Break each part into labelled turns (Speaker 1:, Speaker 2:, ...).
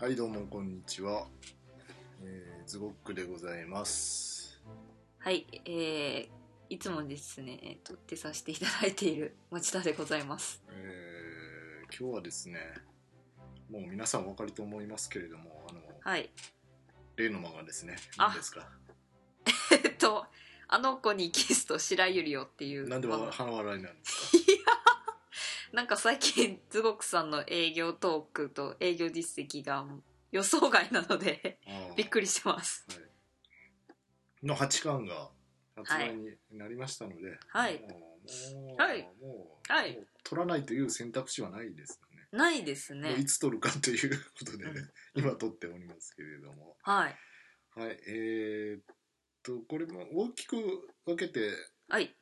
Speaker 1: はいどうもこんにちは、えー、ズボックでございます
Speaker 2: はい、えー、いつもですね、えっと、出させていただいている 町田でございます。
Speaker 1: えー、今日はですねもう皆さんお分かりと思いますけれどもあの
Speaker 2: はい。
Speaker 1: 例の間がですね
Speaker 2: あ
Speaker 1: いいですか
Speaker 2: えっと、あの子にキスと白百合をっていう。
Speaker 1: なんで
Speaker 2: あ
Speaker 1: わ
Speaker 2: の
Speaker 1: 鼻笑いなんですか
Speaker 2: なんか最近、ズゴクさんの営業トークと営業実績が予想外な ので、
Speaker 1: あー
Speaker 2: びっくりしてます。
Speaker 1: の八巻が発売になりましたので、
Speaker 2: はい
Speaker 1: もうもう
Speaker 2: はい
Speaker 1: もう
Speaker 2: はい
Speaker 1: もう取らないという選択肢はないですね
Speaker 2: ないです
Speaker 1: もうい
Speaker 2: ね。
Speaker 1: つ取るかということでね、
Speaker 2: うん
Speaker 1: 今取っておりますけれども
Speaker 2: はい。
Speaker 1: はいえーっとこれも大きく分けて
Speaker 2: はい。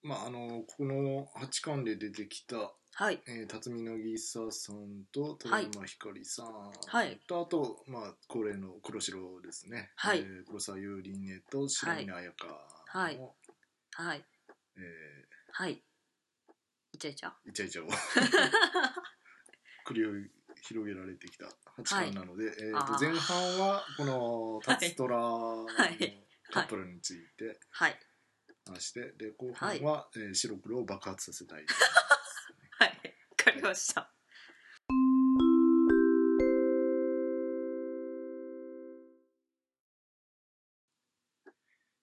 Speaker 1: まああのこの八巻で出てきた、
Speaker 2: はい。
Speaker 1: えー、辰巳渚さんと富山ひかりさんと、
Speaker 2: はい
Speaker 1: あと、まあ、恒例の黒白ですね、
Speaker 2: はい
Speaker 1: えー黒沢優里音と白峰彩香の、
Speaker 2: はいははい。
Speaker 1: えー
Speaker 2: はい。いちゃいちゃ。
Speaker 1: イチャイ チャを繰り広げられてきた8巻なので、えーと
Speaker 2: あー
Speaker 1: 前半はこのタツトラの
Speaker 2: い
Speaker 1: カップルについて
Speaker 2: はい。
Speaker 1: 話して、で後半は、えー白黒を爆発させた い
Speaker 2: はい。わかりました。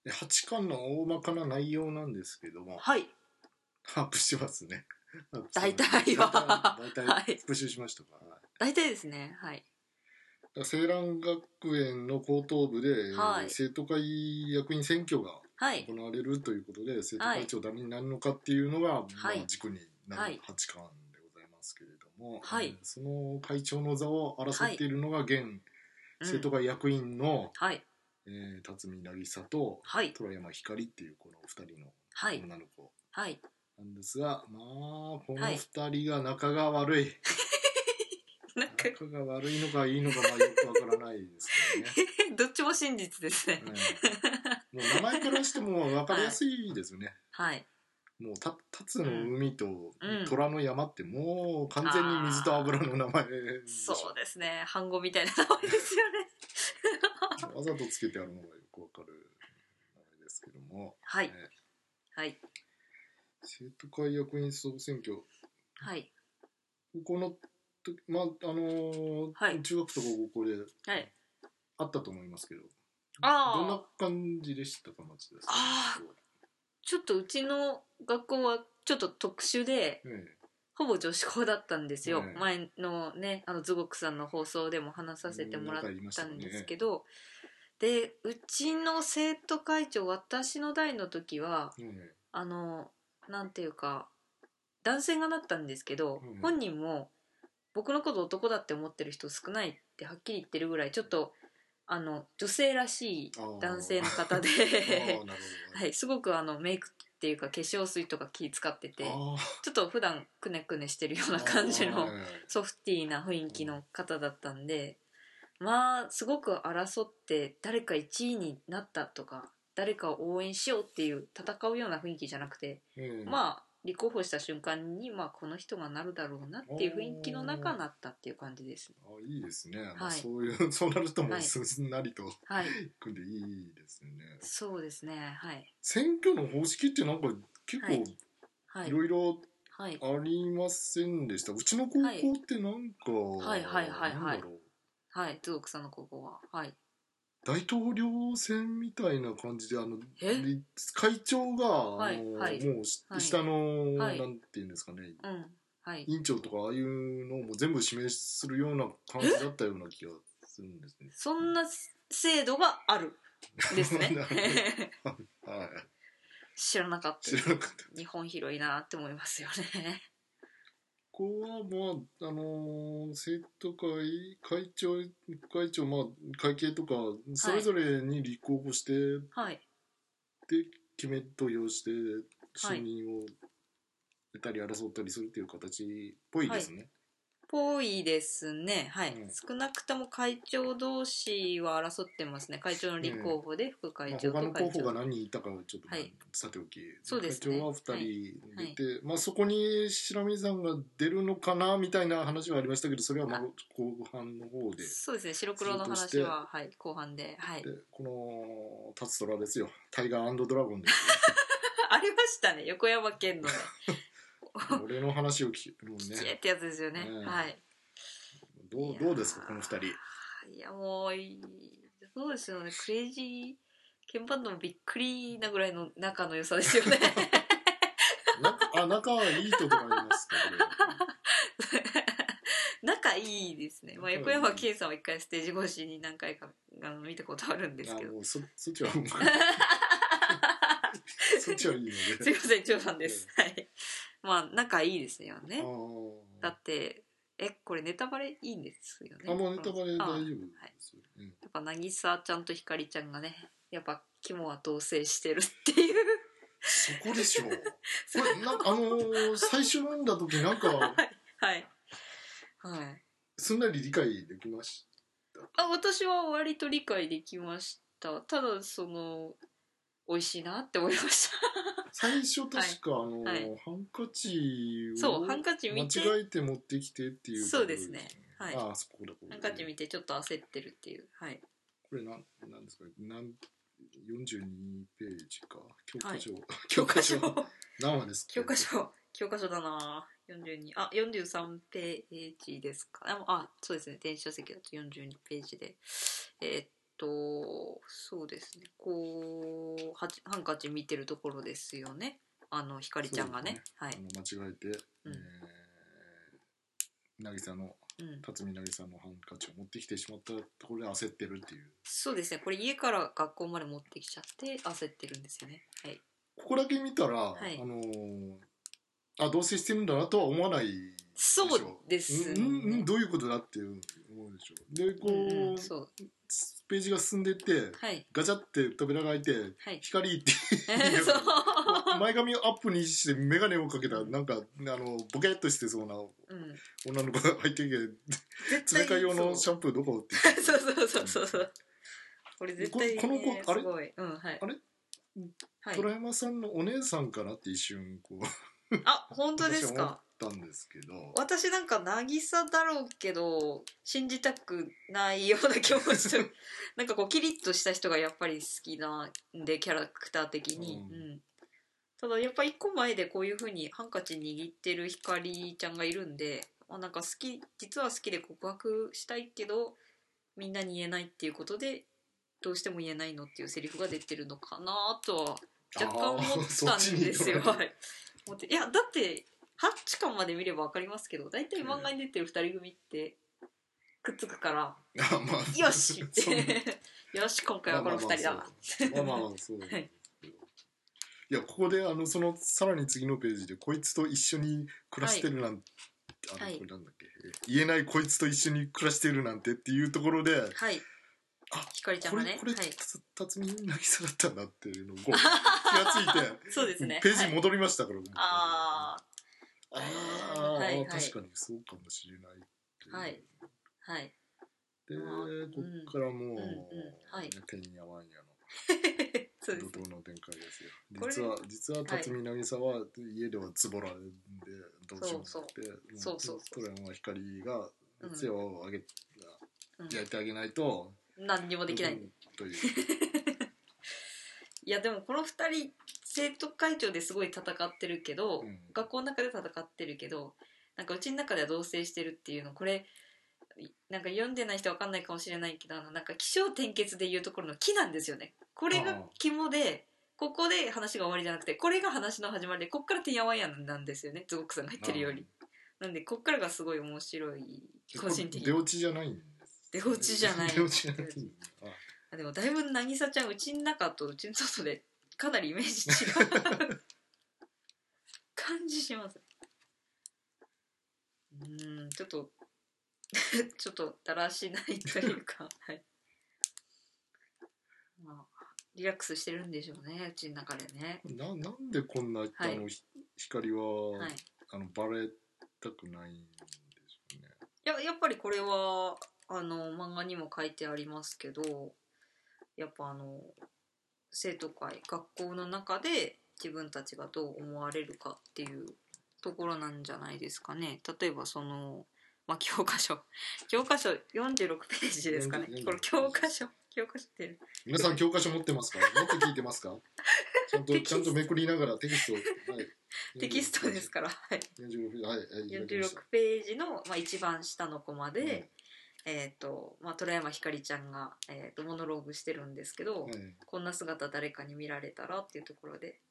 Speaker 1: で8巻の大まかな内容なんですけども
Speaker 2: はい。
Speaker 1: ハープしてますねハープして
Speaker 2: 大
Speaker 1: ます
Speaker 2: 体は。
Speaker 1: 大体
Speaker 2: は
Speaker 1: 大
Speaker 2: い
Speaker 1: 体。復習しましたか、はい
Speaker 2: 大体ですね。はい。
Speaker 1: だから青蘭学園の高等部で、えー
Speaker 2: はい
Speaker 1: 生徒会役員選挙が
Speaker 2: はい。
Speaker 1: 行われるということで生徒会長誰になるのかっていうのが、
Speaker 2: はい
Speaker 1: まあ、軸にな
Speaker 2: は
Speaker 1: る
Speaker 2: い
Speaker 1: 八冠でございますけれども、
Speaker 2: はい
Speaker 1: えーその会長の座を争っているのが現
Speaker 2: うん
Speaker 1: 生徒会役員の、
Speaker 2: はい。
Speaker 1: えー辰巳渚と
Speaker 2: はい。
Speaker 1: 虎山光っていうこの2人の
Speaker 2: はい。
Speaker 1: 女の子
Speaker 2: はい。
Speaker 1: なんですが、まあこの
Speaker 2: はい
Speaker 1: 2人が仲が悪い、
Speaker 2: なんか、
Speaker 1: 仲が悪いのかいいのかまあよくわからないですけどね。
Speaker 2: どっちも真実ですね
Speaker 1: う。んもう名前からしても分かりやすいですよね。
Speaker 2: はい。
Speaker 1: もうたタツの海と
Speaker 2: ん
Speaker 1: 虎の山ってもう完全に水と油の名前でしょ
Speaker 2: そうですね。半語みたいな名前ですよ ね。
Speaker 1: わざとつけてあるのがよくわかる名前ですけども
Speaker 2: はい
Speaker 1: ね。
Speaker 2: はい。
Speaker 1: 生徒会役員総選挙
Speaker 2: はい。
Speaker 1: この時まああのー
Speaker 2: はい
Speaker 1: 中学とか高校で
Speaker 2: はい。
Speaker 1: あったと思いますけどどん
Speaker 2: あ
Speaker 1: な
Speaker 2: あ。
Speaker 1: 感じでしたか町田さん
Speaker 2: あちょっとうちの学校はちょっと特殊で、
Speaker 1: ええ
Speaker 2: ほぼ女子校だったんですよ。
Speaker 1: ええ
Speaker 2: 前のね、あの、ズゴクさんの放送でも話させてもらったんですけど、で、うちの生徒会長、私の代の時は、
Speaker 1: ええ
Speaker 2: あのなんていうか男性がなったんですけど、
Speaker 1: うん
Speaker 2: 本人も僕のこと男だって思ってる人少ないってはっきり言ってるぐらいちょっとあの女性らしい男性の方で、
Speaker 1: ああなるほど、
Speaker 2: はい、すごくあのメイクっていうか化粧水とか気使ってて
Speaker 1: あ
Speaker 2: ちょっと普段くねくねしてるよう
Speaker 1: あ
Speaker 2: な感じ
Speaker 1: ああ
Speaker 2: の
Speaker 1: え
Speaker 2: ソフティーな雰囲気の方だったんでまあすごく争って誰か1位になったとか誰かを応援しようっていう戦うような雰囲気じゃなくて
Speaker 1: えええ
Speaker 2: まあ立候補した瞬間に、まあ、この人がなるだろうなっていう雰囲気の中なったっていう感じですね。
Speaker 1: あいいですね、まあ、
Speaker 2: はい
Speaker 1: そういうそうなるとも
Speaker 2: は
Speaker 1: う
Speaker 2: い
Speaker 1: すんなりと
Speaker 2: はい、
Speaker 1: 組んでいいですね、
Speaker 2: そうですね。はい、
Speaker 1: 選挙の方式ってなんか結
Speaker 2: はい
Speaker 1: 構
Speaker 2: はいい、
Speaker 1: ろいろ
Speaker 2: はい、
Speaker 1: ありませんでした、うちの高校ってなんか、
Speaker 2: はいはいはいはい
Speaker 1: なんだろう
Speaker 2: はい、ズオクさんの高校は、はい、
Speaker 1: 大統領選みたいな感じであの
Speaker 2: え
Speaker 1: で会長が、
Speaker 2: はい
Speaker 1: あの
Speaker 2: はい
Speaker 1: もうし
Speaker 2: はい
Speaker 1: 下の、
Speaker 2: はい
Speaker 1: なんていうんですかね
Speaker 2: うん、はい、
Speaker 1: 委員長とかああいうのも全部指名するような感じだったような気がするんですね。。
Speaker 2: そんな制度があるですね
Speaker 1: なるはい、
Speaker 2: 知らなかった
Speaker 1: 知。らなかった
Speaker 2: 日本広いなって思いますよね。
Speaker 1: ここはまああのー生徒会会長会長まあ会計とかそれぞれに立候補して、
Speaker 2: はい、
Speaker 1: で決め投票して信任を得たり争ったりするという形っぽいですね。
Speaker 2: ぽぽいですね。はい。
Speaker 1: うん
Speaker 2: 少なくとも会長同士は争ってますね。会長の立候補で副
Speaker 1: まあ、
Speaker 2: 会
Speaker 1: 他
Speaker 2: 長と
Speaker 1: の
Speaker 2: 会
Speaker 1: 候補
Speaker 2: 長。
Speaker 1: が何人いたかはちょっと、
Speaker 2: はい
Speaker 1: さておき、
Speaker 2: そうですね
Speaker 1: 会長は2人出て、まあ、そこに白水さんが出るのかなみたいな話はありましたけどそれはまあ
Speaker 2: あ
Speaker 1: 後半の方で
Speaker 2: そうですね。白黒の話は、はい、後半で。はい
Speaker 1: で。この「タツトラ」ですよ「タイガードラゴン」 です
Speaker 2: ありましたね。横山県のね。
Speaker 1: よ俺の話を聞くもう
Speaker 2: きちえっ
Speaker 1: ね
Speaker 2: てやつですよね。
Speaker 1: ねえ
Speaker 2: はい。
Speaker 1: どうどうですかこの2人
Speaker 2: いやもういいそうですよねクレイジーケンバンドもびっくりなぐらいの仲の良さですよ ね
Speaker 1: なんかあ仲はいいととか言いますか
Speaker 2: 仲いいですね、まあ、横山圭さんは一回ステージ越しに何回かあの見たことあるん
Speaker 1: こ
Speaker 2: で
Speaker 1: れ
Speaker 2: す
Speaker 1: あ
Speaker 2: けど
Speaker 1: もうそそっちは もうそっちはいいのです
Speaker 2: いませ ん長さんですはいまあ仲いいですよ
Speaker 1: あ
Speaker 2: ね
Speaker 1: ー
Speaker 2: だってえこれネタバレいいんですよね
Speaker 1: あもうネタバレ大丈夫
Speaker 2: あ
Speaker 1: ですよ、うん
Speaker 2: やっぱ渚ちゃんとひかりちゃんがねやっぱ肝は同棲してるっていう
Speaker 1: そこでしょう。これなんかあのー最初読んだ時なんか
Speaker 2: はいはい
Speaker 1: すんなり理解できまし。
Speaker 2: あ私は割と理解できましたただその美味しいなって思いました
Speaker 1: 最初確か、あのー
Speaker 2: はい
Speaker 1: ハンカチ
Speaker 2: た
Speaker 1: を
Speaker 2: そうハンカチ
Speaker 1: 間
Speaker 2: 見て
Speaker 1: 違えて持ってきてっていうとこ
Speaker 2: そう
Speaker 1: ろ
Speaker 2: ですねはい
Speaker 1: ああそこだこれ
Speaker 2: ハンカチ見てちょっと焦ってるっていうはい
Speaker 1: これなんなんですかなん42ページか 教科書、
Speaker 2: 教科書
Speaker 1: 何話ですか
Speaker 2: 教科書教科書だな42あ43ページですかああそうですね電子書籍だと42ページでえーっとそうですねこうはちハンカチ見てるところですよねあのひかりちゃんがね
Speaker 1: そうです
Speaker 2: は
Speaker 1: あ
Speaker 2: い、
Speaker 1: の間違えて、
Speaker 2: うん
Speaker 1: えー渚の
Speaker 2: うん、
Speaker 1: 辰巳渚のハンカチを持ってきてしまったところで焦ってるっていう
Speaker 2: そうですね。これ家から学校まで持ってきちゃって焦ってるんですよね。はい。
Speaker 1: ここだけ見たら、
Speaker 2: い
Speaker 1: あのーあ同棲してるんだなとは思わない
Speaker 2: そうで
Speaker 1: う
Speaker 2: すね。
Speaker 1: んうんうんどういうことだっていう思うでしょでこう,、
Speaker 2: うんうんそう。
Speaker 1: ページが進んでって
Speaker 2: はい。
Speaker 1: ガチャって扉が開いて
Speaker 2: はい。
Speaker 1: 光って
Speaker 2: そう。
Speaker 1: 前髪をアップにして眼鏡をかけたなんかあのボケっとしてそうな
Speaker 2: うん。
Speaker 1: 女の子が入ってきて
Speaker 2: 絶
Speaker 1: 詰め替え用のシ
Speaker 2: そう
Speaker 1: ャンプーどこって言って
Speaker 2: そうそうそうそうそう。これ絶対ね
Speaker 1: ここの子あれ
Speaker 2: すごい。うんはい。
Speaker 1: あれ
Speaker 2: はい
Speaker 1: 虎。山さんのお姉さんかなって一瞬こう
Speaker 2: あ本当です
Speaker 1: 私は
Speaker 2: か。
Speaker 1: 思ったんですけど
Speaker 2: 私なんか渚だろうけど信じたくないような気もしてるなんかこうキリッとした人がやっぱり好きなんでキャラクター的に、
Speaker 1: う
Speaker 2: うんんただやっぱ一個前でこういう風にハンカチ握ってるひかりちゃんがいるんであなんか好き実は好きで告白したいけどみんなに言えないっていうことでどうしても言えないのっていうセリフが出てるのかなとは若干思
Speaker 1: あー
Speaker 2: ったんですよ。
Speaker 1: そっ
Speaker 2: はい、思っていやだって8巻まで見れば分かりますけど大体漫画に出てる2人組ってくっつくから「
Speaker 1: あまあ
Speaker 2: よし!」っ
Speaker 1: そう
Speaker 2: て「よし今回はこの2人だ」
Speaker 1: まあまあまあそう。まあまあそう
Speaker 2: はい
Speaker 1: いやここであのそのさらに次のページでこいつと一緒に暮らしてるなんて、あ
Speaker 2: は
Speaker 1: の
Speaker 2: い
Speaker 1: これなんだっけ、言えないこいつと一緒に暮らしてるなんてっていうところで、
Speaker 2: はい
Speaker 1: あ
Speaker 2: ひかりちゃん
Speaker 1: こ
Speaker 2: が
Speaker 1: れ
Speaker 2: ね
Speaker 1: これ、
Speaker 2: はい
Speaker 1: つ辰巳渚だったんだっていうの をこう気がついて、
Speaker 2: そうですね
Speaker 1: ページ
Speaker 2: はい
Speaker 1: に戻りましたから、
Speaker 2: あ
Speaker 1: ああー、
Speaker 2: はいはい
Speaker 1: 確かにそうかもしれないっていう
Speaker 2: はいあはい
Speaker 1: で、
Speaker 2: うん
Speaker 1: こっからもう、
Speaker 2: んうんはい
Speaker 1: ねてんやわんやの
Speaker 2: そうです
Speaker 1: 怒
Speaker 2: ね
Speaker 1: 涛の展開ですよ
Speaker 2: これ
Speaker 1: 実は実は
Speaker 2: はい
Speaker 1: 辰巳渚は家ではズボラでどうしようもなくて
Speaker 2: そうそうそうそう
Speaker 1: トランは光が
Speaker 2: うん
Speaker 1: 世話をあげ、
Speaker 2: うん
Speaker 1: 焼いてあげないと
Speaker 2: 何にもできない
Speaker 1: という
Speaker 2: いやでもこの2人生徒会長ですごい戦ってるけど、
Speaker 1: うん
Speaker 2: 学校の中で戦ってるけどなんかうちの中では同棲してるっていうのこれいなんか読んでない人わかんないかもしれないけどあのなんか起承転結でいうところの「木」なんですよね。これ
Speaker 1: ああ
Speaker 2: が肝でここで話が終わりじゃなくてこれが話の始まりでこっからてんやわんやなんですよねズゴックさんが言ってるより。なんでこっからがすごい面白い個人的
Speaker 1: 出
Speaker 2: に
Speaker 1: 落ちじゃないんです
Speaker 2: 出落ちじゃない
Speaker 1: 出落ちじゃないあ
Speaker 2: あでもだいぶ渚ちゃんうちの中とうちの外でかなりイメージ違う感じしますうーんちょっと ちょっとだらしないというかはいまあリラックスしてるんでしょうねうちの中でね
Speaker 1: ななんでこんな、あのひ光は、
Speaker 2: はい
Speaker 1: あのバレたくないんでしょうね
Speaker 2: ややっぱりこれはあの漫画にも書いてありますけどやっぱあの生徒会学校の中で自分たちがどう思われるかっていうところなんじゃないですかね例えばその、まあ、教科書 教科書46ページですかね
Speaker 1: 46ページ
Speaker 2: これ教科書教科書って
Speaker 1: 皆さん教科書持ってますか持って聞いてますかちゃんと
Speaker 2: テキス
Speaker 1: ち
Speaker 2: ト
Speaker 1: ゃんとめくりながらテキストを、はい、
Speaker 2: テキストですから、はい、
Speaker 1: 46はいはいいただきま
Speaker 2: 46
Speaker 1: した
Speaker 2: ページの、まあ、一番下のコマで、えーとまあ、虎山ひかりちゃんが、えー、とモノローグしてるんですけど、
Speaker 1: はいはい
Speaker 2: こんな姿誰かに見られたらっていうところで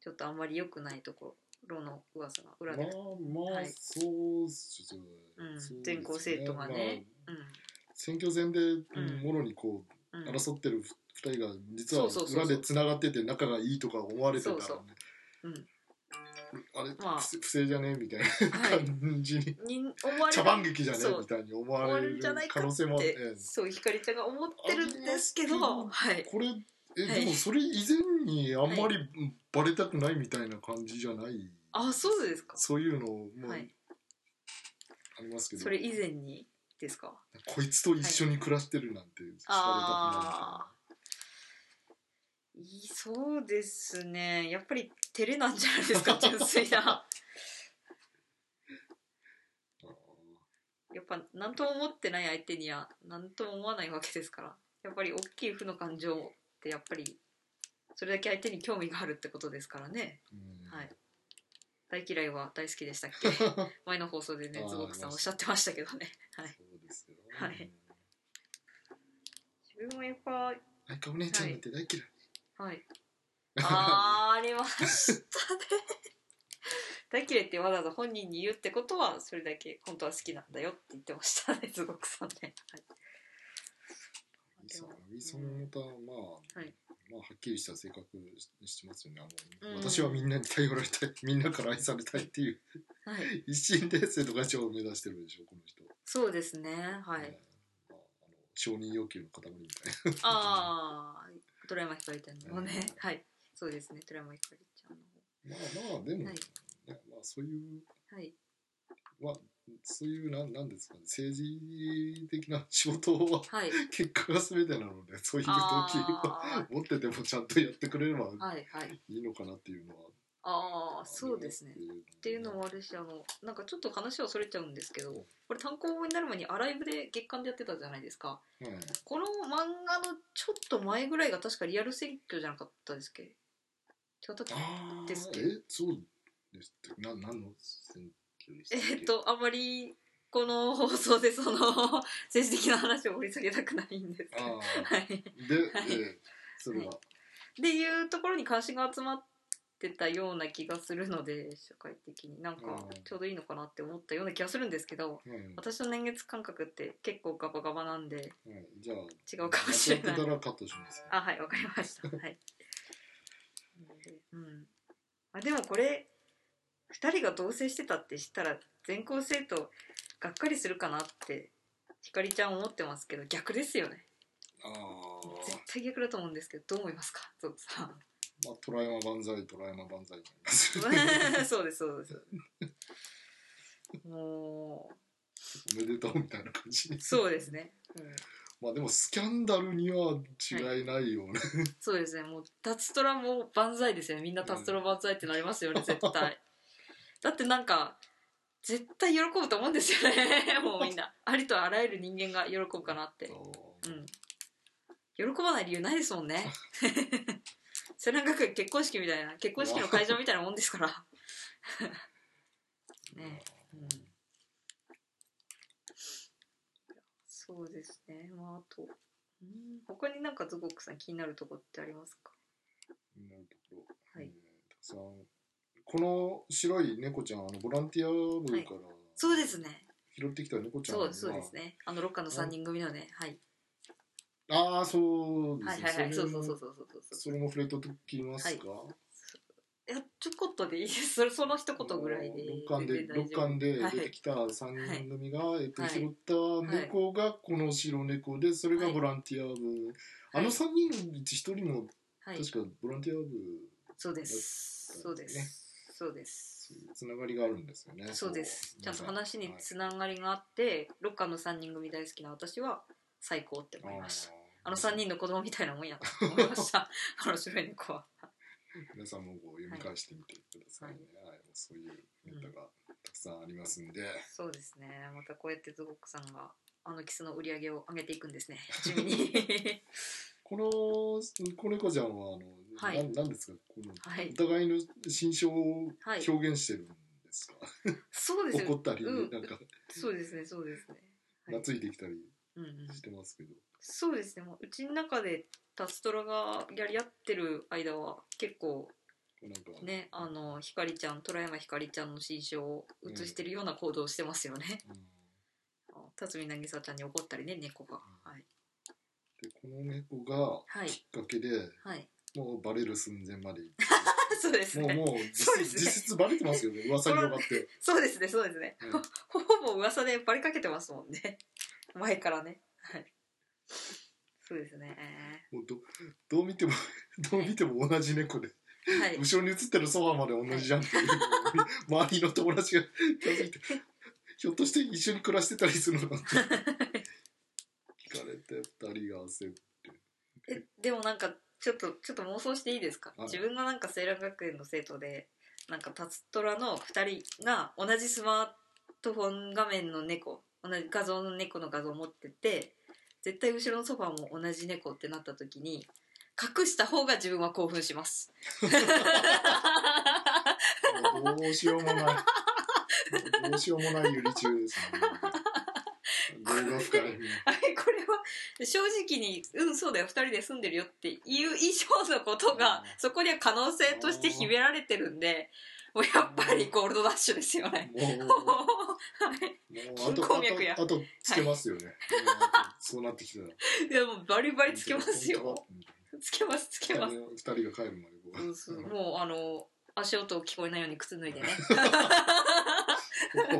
Speaker 2: ちょっとあんまり良くないところの噂が裏
Speaker 1: ま
Speaker 2: で、
Speaker 1: あま
Speaker 2: は
Speaker 1: あ
Speaker 2: い
Speaker 1: そうっすね
Speaker 2: うん
Speaker 1: そうですね
Speaker 2: 全校生徒がね、
Speaker 1: 選挙戦で
Speaker 2: ん
Speaker 1: もろにこ
Speaker 2: う
Speaker 1: うん
Speaker 2: うん、
Speaker 1: 争ってる二人が実は
Speaker 2: そうそうそうそう
Speaker 1: 裏でつながってて仲がいいとか思われてたらね
Speaker 2: そうそううん
Speaker 1: あれ
Speaker 2: まあ
Speaker 1: 不正不正じゃねみたいな
Speaker 2: はい
Speaker 1: 感じに
Speaker 2: に思われ
Speaker 1: 茶番劇じゃね
Speaker 2: そう
Speaker 1: みたいに思
Speaker 2: 思
Speaker 1: わ
Speaker 2: わ
Speaker 1: れ
Speaker 2: れるん
Speaker 1: る
Speaker 2: じゃない
Speaker 1: 可
Speaker 2: か
Speaker 1: 能
Speaker 2: っ
Speaker 1: 性もあってて
Speaker 2: そうひかりちゃんが思ってるんですけ
Speaker 1: あり
Speaker 2: ど、
Speaker 1: ま
Speaker 2: はい、
Speaker 1: これえ、
Speaker 2: はい
Speaker 1: でもそれ以前にあんまりバレたくないみたいな感じじゃない
Speaker 2: あそうですか、
Speaker 1: そういうのも
Speaker 2: はい、
Speaker 1: ありますけど、
Speaker 2: それ以前にですか
Speaker 1: こいつと一緒に暮らしてるなんて知られたく
Speaker 2: あ
Speaker 1: な
Speaker 2: ーいいそうですねやっぱり照れなんじゃないですか純粋ない
Speaker 1: みたいな
Speaker 2: やっぱ何とも思ってない相手には何とも思わないわけですからやっぱり大きい負の感情ってやっぱりそれだけ相手に興味があるってことですからね、
Speaker 1: うん
Speaker 2: はい大嫌いは大好きでしたっ け前の放送でね
Speaker 1: あー
Speaker 2: ズボクさんおっしゃってましたけどねはい
Speaker 1: そうですよ、
Speaker 2: はい自分もやっぱ
Speaker 1: なんかお姉ちゃんなんて大嫌い、
Speaker 2: はい。あーありましたね。大嫌いってわざわざ本人に言うってことはそれだけ本当は好きなんだよって言ってましたねすごくさんね、はい、
Speaker 1: いいさウィソンもまた、まあ、
Speaker 2: はい
Speaker 1: まあはっきりした性格ししてますよねあの、
Speaker 2: うん
Speaker 1: 私はみんなに頼られたい みんなから愛されたいっていう
Speaker 2: はい、
Speaker 1: 一心で生徒会長を目指してるでしょこの人
Speaker 2: そうですねは
Speaker 1: え
Speaker 2: い
Speaker 1: ーまあ、あの承認欲求の塊みたいな
Speaker 2: ああドラ山ひかりちゃんの方ね
Speaker 1: うん
Speaker 2: はいそうですねドラ山ひかりちゃんの
Speaker 1: まあまあでも、
Speaker 2: はい
Speaker 1: ねまあ、そういう
Speaker 2: 方はい
Speaker 1: まあそういうなんなんですかね政治的な仕事は
Speaker 2: はい
Speaker 1: 結果が全てなの でそういう動機を
Speaker 2: あ
Speaker 1: 持っててもちゃんとやってくれれば
Speaker 2: ーはいはい
Speaker 1: いいのかなっていうのは
Speaker 2: ああそうですね
Speaker 1: あります
Speaker 2: っていうのもあるしあのなんかちょっと話はそれちゃうんですけどこれ単行本になる前にアライブで月間でやってたじゃないですか
Speaker 1: はい
Speaker 2: この漫画のちょっと前ぐらいが確かリアル選挙じゃなかったですっけ違ったっけ
Speaker 1: あー
Speaker 2: ですけど
Speaker 1: えそうですってな何の選挙でした
Speaker 2: え
Speaker 1: っけ
Speaker 2: ーっとあまりこの放送でその 政治的な話を掘り下げたくないんですけ
Speaker 1: あ
Speaker 2: どは
Speaker 1: あ
Speaker 2: い
Speaker 1: で、
Speaker 2: はい
Speaker 1: えーそれは、
Speaker 2: っていうところに関心が集まってたような気がするので社会的になんか
Speaker 1: うん
Speaker 2: ちょうどいいのかなって思ったような気がするんですけど
Speaker 1: うん
Speaker 2: 私の年月感覚って結構ガバガバなんで
Speaker 1: はい、じゃあ
Speaker 2: 違うかもしれ
Speaker 1: 間違
Speaker 2: ない
Speaker 1: ってたらカットします、ね、
Speaker 2: あはいわかりましたはいうんあでもこれ2人が同棲してたって知ったら全校生徒がっかりするかなってひかりちゃん思ってますけど逆ですよね
Speaker 1: あ
Speaker 2: 絶
Speaker 1: あ
Speaker 2: 対逆だと思うんですけどどう思いますかゾウさん
Speaker 1: まあトライマ万歳トライマ万歳になりますね
Speaker 2: そうですそうですも
Speaker 1: おめでとうみたいな感じ
Speaker 2: うそうですね、うん、
Speaker 1: まあでもスキャンダルには違いないよね、
Speaker 2: そうですねもう脱トラも万歳ですよねみんな脱トラ万歳ってなりますよね、絶対だってなんか絶対喜ぶと思うんですよね もうみんなありとあらゆる人間が喜ぶかなってうん喜ばない理由ないですもんね 世良学園結婚式みたいな結婚式の会場みたいなもんですから ねうんそうですねまああとうん他になんかズゴックさん気になるとこってありますか
Speaker 1: なるところ、
Speaker 2: はい
Speaker 1: えーたくさんこの白い猫ちゃんあのボランティア部から、
Speaker 2: そうですね
Speaker 1: 拾ってきた猫ちゃん
Speaker 2: そ
Speaker 1: は
Speaker 2: うそうですね。あのロッカーの三人組のね、はい、
Speaker 1: ああそうで
Speaker 2: はい
Speaker 1: す
Speaker 2: はいはい、
Speaker 1: そ
Speaker 2: そう
Speaker 1: れ
Speaker 2: そ
Speaker 1: も
Speaker 2: うそうそうそうそう
Speaker 1: それも触れときますか、
Speaker 2: いやちょこっとでいいです。それその一言ぐらいで。
Speaker 1: 六巻で
Speaker 2: 全然大
Speaker 1: 六
Speaker 2: 丈夫
Speaker 1: 巻で
Speaker 2: は
Speaker 1: 出て
Speaker 2: い
Speaker 1: きた三人組が、えっと
Speaker 2: はい
Speaker 1: 拾った猫がこの白猫でそれがボランティア部、あの三人のうち一人も
Speaker 2: はい、
Speaker 1: 確かボランティア部
Speaker 2: そうです。そうです。そうです。
Speaker 1: そういうつながりがあるんですよね
Speaker 2: そうですちゃんと話に
Speaker 1: はい
Speaker 2: つながりがあって、ロッカーの3人組大好きな私は最高って思いましたあの3人の子供みたいなもんやと思いました 面白い猫は
Speaker 1: 皆さんもこう読み返してみてくださいね、はいそういうネタがたくさんありますんで、
Speaker 2: そうですねまたこうやってズゴックさんがあのキスの売り上げを上げていくんです ね地味に
Speaker 1: この子猫ちゃんはあの、
Speaker 2: はい
Speaker 1: なんなんですかこの
Speaker 2: はい
Speaker 1: お互いの心象を
Speaker 2: はい
Speaker 1: 表現してるんですか、
Speaker 2: そうです
Speaker 1: 怒
Speaker 2: よ
Speaker 1: ったり、
Speaker 2: うん
Speaker 1: なんか
Speaker 2: そうですねそうですね、はい
Speaker 1: 懐いてきたり
Speaker 2: うんうん、
Speaker 1: してますけど、
Speaker 2: そうですねもううちの中でタストラがやり合ってる間は結構
Speaker 1: なんか、
Speaker 2: ねあのひかりちゃん虎山ひかりちゃんの心象を映してるような行動をしてますよね、
Speaker 1: うん
Speaker 2: 辰巳渚ちゃんに怒ったりね猫がはい
Speaker 1: でこの猫が
Speaker 2: はい
Speaker 1: きっかけで
Speaker 2: はい
Speaker 1: もうバレる寸前まで行っ
Speaker 2: あ そうです
Speaker 1: てもう
Speaker 2: ね
Speaker 1: もう
Speaker 2: そ
Speaker 1: 実
Speaker 2: うです
Speaker 1: 質
Speaker 2: ね
Speaker 1: 実質バレてますよね噂広がって、
Speaker 2: そうですねそうですね
Speaker 1: うん
Speaker 2: ほぼ噂でバレかけてますもんね 前からねはいそうですね
Speaker 1: もうど どう見てもどう見ても同じ猫で
Speaker 2: はい
Speaker 1: 後ろに映ってるソファーまで同じじゃんっていうの に周りの友達が気づいてひょっとして一緒に暮らしてたりするのかって聞かれて二人が焦って
Speaker 2: えでもなんかちょっとちょっと妄想していいですか、
Speaker 1: はい
Speaker 2: 自分がなんか青蘭学園の生徒でなんかタツトラの2人が同じスマートフォン画面の猫同じ画像の猫の画像を持ってて絶対後ろのソファーも同じ猫ってなった時に隠した方が自分は興奮します。
Speaker 1: もうどうしようもないもうどうしようもないゆり中ですね動画深いね
Speaker 2: あれこれ は正直に「うんそうだよ2人で住んでるよ」っていう以上のことがそこには可能性として秘められてるんでもうやっぱりゴールドダッシュですよね。
Speaker 1: もう
Speaker 2: は
Speaker 1: もうあと
Speaker 2: 金鉱脈や
Speaker 1: あとあとつけますよね、うんそうなってきたら
Speaker 2: い、いやもうバリバリつけますよ。つけますつけ
Speaker 1: 二人
Speaker 2: ます。
Speaker 1: 二人が帰るまで
Speaker 2: うんそうもうあの足音聞こえないように靴脱いでね。
Speaker 1: おっ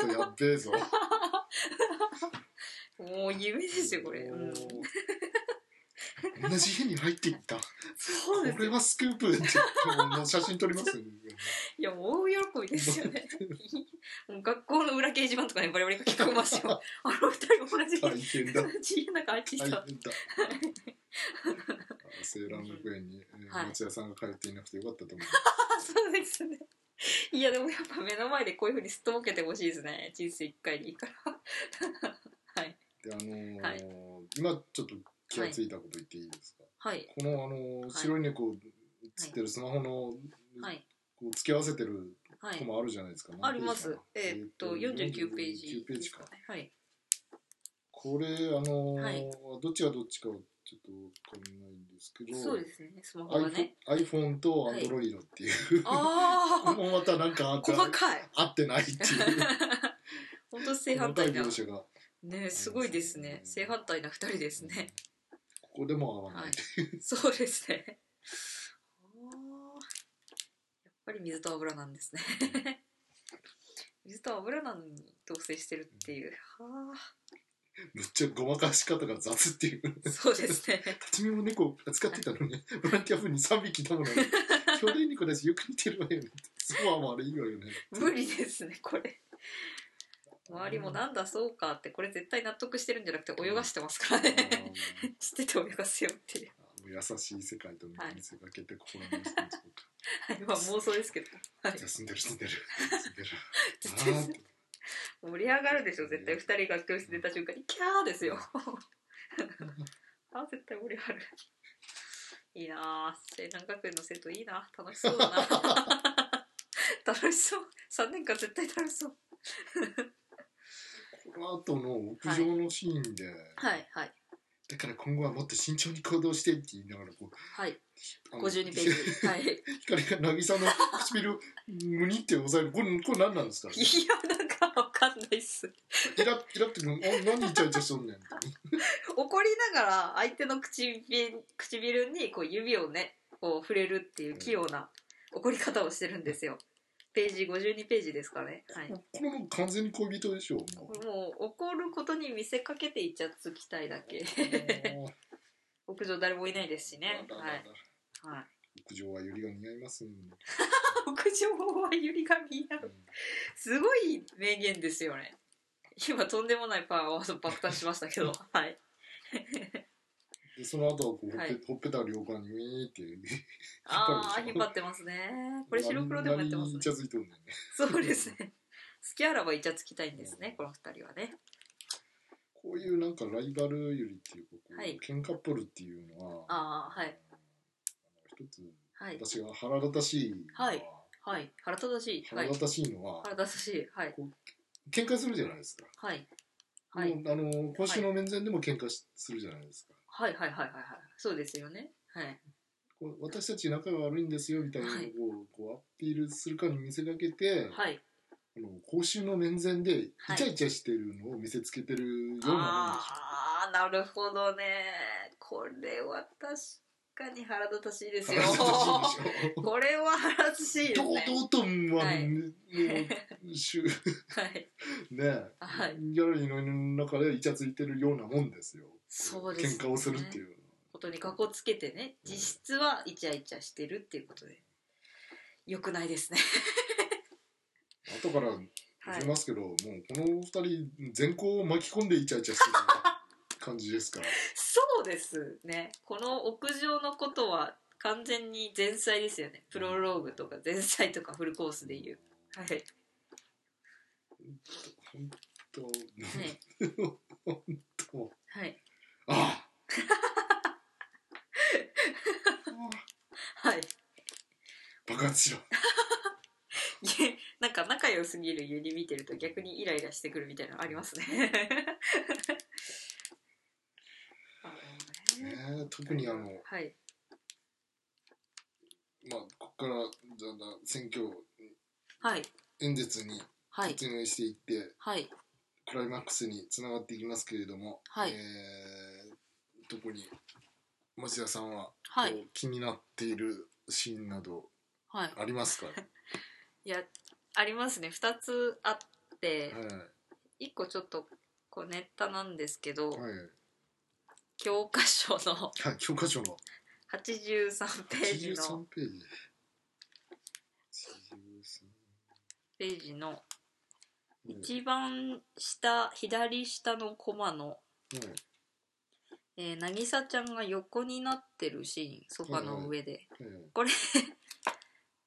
Speaker 1: とやっべえぞ
Speaker 2: もう夢ですよこれ。うん、
Speaker 1: 同じ家に入っていった。こ
Speaker 2: そうです
Speaker 1: れ
Speaker 2: よ。
Speaker 1: はスクープって言ってもう写真撮りますよ ね。
Speaker 2: いやもう大喜びですよ ね。もう学校の裏掲示板とかにバリバリ書き込みますよ。あの二人同じ
Speaker 1: 大変 だ。大
Speaker 2: 同じ家の中入ってき
Speaker 1: 変だ
Speaker 2: た。。
Speaker 1: セーラン学園に、えー
Speaker 2: はい
Speaker 1: 松屋さんが通っていなくてよかったと思う。
Speaker 2: あそうですねいやでもやっぱ目の前でこういうふうにすっとぼけてほしいですね人生一回でいいからはい
Speaker 1: で、あのー
Speaker 2: はい
Speaker 1: 今ちょっと気がついたこと言っていいですか。
Speaker 2: はい
Speaker 1: このあのー白い猫映ってるスマホの、
Speaker 2: はい
Speaker 1: こう付き合わせてる
Speaker 2: は
Speaker 1: 子
Speaker 2: い
Speaker 1: もあるじゃないですか。
Speaker 2: あります
Speaker 1: 何ペ
Speaker 2: え
Speaker 1: ージかな
Speaker 2: ーっと49ペー
Speaker 1: 49
Speaker 2: ジ
Speaker 1: ページ
Speaker 2: か
Speaker 1: か。
Speaker 2: はい
Speaker 1: これあのー
Speaker 2: はい
Speaker 1: どっちがどっちかはちょっとわかんないんですけど。
Speaker 2: そうですねスマホが
Speaker 1: iPhone,
Speaker 2: ね
Speaker 1: iPhone と Android っていう、
Speaker 2: ああ
Speaker 1: もうまたなんかあって
Speaker 2: 細かい
Speaker 1: 合ってないっていう
Speaker 2: 本当正反対な
Speaker 1: 細かい描写が
Speaker 2: ねすごいですね正反対な二人ですね
Speaker 1: ここでも合わない、
Speaker 2: はいそうですねあーやっぱり水と油なんですね水と油なのに同棲してるっていうは
Speaker 1: めっちゃごまかし方が雑っていう
Speaker 2: あそうで すね
Speaker 1: 辰巳も猫使ってたのにボランティア風に3匹だものに兄弟猫だしよく似てるわよねソファーもあれいいわよね
Speaker 2: 無理ですねこれ周りもなんだそうかってこれ絶対納得してるんじゃなくて泳がしてますから
Speaker 1: あー
Speaker 2: ね知ってて泳がせようっていう
Speaker 1: もう優しい世界と見せかけて心にしてるとか、
Speaker 2: はいまあ妄想ですけど、 はい
Speaker 1: い、、や住んでる住んでる
Speaker 2: 絶
Speaker 1: 住んでるあーって
Speaker 2: 対盛り上がるでしょ絶対2人が教室出た瞬間に「キャー」ですよ あ絶対盛り上がるいいなあ西南学園の生徒いいな 楽しそうだな楽しそう3年間絶対楽しそう
Speaker 1: この後の屋上のシーンで、
Speaker 2: はいはい
Speaker 1: だから今後はもっと慎重に行動してって言いながらこう
Speaker 2: はい
Speaker 1: あの
Speaker 2: 52ペ ージはい
Speaker 1: 光が渚の唇をむにって押さえるこれこれ何なんですか
Speaker 2: いやなんかわかんないっす
Speaker 1: イラッイラッてくるあ何イチャイチャしとんねんって
Speaker 2: 怒りながら相手の唇唇にこう指をねこう触れるっていう器用な怒り方をしてるんですよページ52ページですかねはい
Speaker 1: これもう完全に恋人でしょもう
Speaker 2: もう怒ることに見せかけていちゃ つきたいだけ
Speaker 1: あー
Speaker 2: 屋上誰もいないですしね
Speaker 1: あららら
Speaker 2: はい、はい、
Speaker 1: 屋上はユリが似合いますん、
Speaker 2: 屋上はゆりが見合
Speaker 1: う
Speaker 2: うんすごい名言ですよね今とんでもないパワーを爆誕しましたけどはい
Speaker 1: でその後はこうほっぺ,、
Speaker 2: はい
Speaker 1: ほっぺた両側にウィーンって
Speaker 2: ああ
Speaker 1: 引
Speaker 2: 引
Speaker 1: っ
Speaker 2: っ
Speaker 1: 張
Speaker 2: 張ってますねこれ白黒でもやってま
Speaker 1: 何
Speaker 2: すね
Speaker 1: にちゃついてるんだよね
Speaker 2: そうですね好きあらばイチャつきたいんですねこの二人はね
Speaker 1: こういうなんかライバルユリっていうかこう、
Speaker 2: はい
Speaker 1: 喧嘩っぽるっていうのは
Speaker 2: あーはい
Speaker 1: 一つ
Speaker 2: はい
Speaker 1: 私が腹立たしいのは、
Speaker 2: はいはい腹立たしいは
Speaker 1: 腹
Speaker 2: い
Speaker 1: 立たしいのは、
Speaker 2: 腹立たしいはい
Speaker 1: 喧嘩するじゃないですか、
Speaker 2: はいはい
Speaker 1: もうあの今週の面前でも喧嘩しするじゃないですか、
Speaker 2: はいはいはいはいはいそうですよねはい
Speaker 1: こう私たち仲が悪いんですよみたいなのを
Speaker 2: はい
Speaker 1: こうアピールするかに見せかけて、
Speaker 2: はい
Speaker 1: あの公衆の面前でイ
Speaker 2: はい
Speaker 1: チャイチャしてるのを見せつけてるようなもんでしょ、
Speaker 2: ああなるほどねこれは確かに腹立たしいですよ
Speaker 1: 腹立た しいでしょ
Speaker 2: これは腹立たしいですね
Speaker 1: 堂々とまあ、
Speaker 2: はい
Speaker 1: も うしゅね
Speaker 2: はいはい
Speaker 1: ギャラリーの中でイチャついてるようなもんですよ
Speaker 2: そうですね
Speaker 1: 喧嘩をするっていうのは
Speaker 2: ことにかこつけてね実質はイチャイチャしてるっていうことでよくないですね
Speaker 1: 後から
Speaker 2: は
Speaker 1: 言い
Speaker 2: い
Speaker 1: ますけど、もうこの二人全校を巻き込んでイチャイチャしてるような感じですから
Speaker 2: そうですねこの屋上のことは完全に前菜ですよねプロローグとか前菜とかフルコースでいうはい
Speaker 1: 本当
Speaker 2: はい
Speaker 1: 本当
Speaker 2: はい
Speaker 1: ああ
Speaker 2: はい
Speaker 1: 爆発しろ
Speaker 2: いえ なんか仲良すぎるユニ見てると逆にイライラしてくるみたいなのありますね。 あの
Speaker 1: ね
Speaker 2: ね
Speaker 1: え特にあの
Speaker 2: はい
Speaker 1: まあここからだんだん選挙
Speaker 2: はい
Speaker 1: 演説に
Speaker 2: はい
Speaker 1: 突入していって、
Speaker 2: はい
Speaker 1: クライマックスにつながっていきますけれども、
Speaker 2: はい
Speaker 1: えー特に町田さんは、
Speaker 2: は
Speaker 1: こ
Speaker 2: いう
Speaker 1: 気になっているシーンなど
Speaker 2: はい。
Speaker 1: あり ますか、
Speaker 2: いやありますね2つあって
Speaker 1: はい
Speaker 2: 1個ちょっと小ネタなんですけど、
Speaker 1: はい
Speaker 2: 教科書の
Speaker 1: は い、教科書の
Speaker 2: 83ページ
Speaker 1: 83
Speaker 2: の
Speaker 1: ページ。
Speaker 2: ページの
Speaker 1: 83
Speaker 2: 一番下左下のコマの
Speaker 1: はい
Speaker 2: えー、渚ちゃんが横になってるシーンソファの上で、
Speaker 1: はいはい
Speaker 2: これ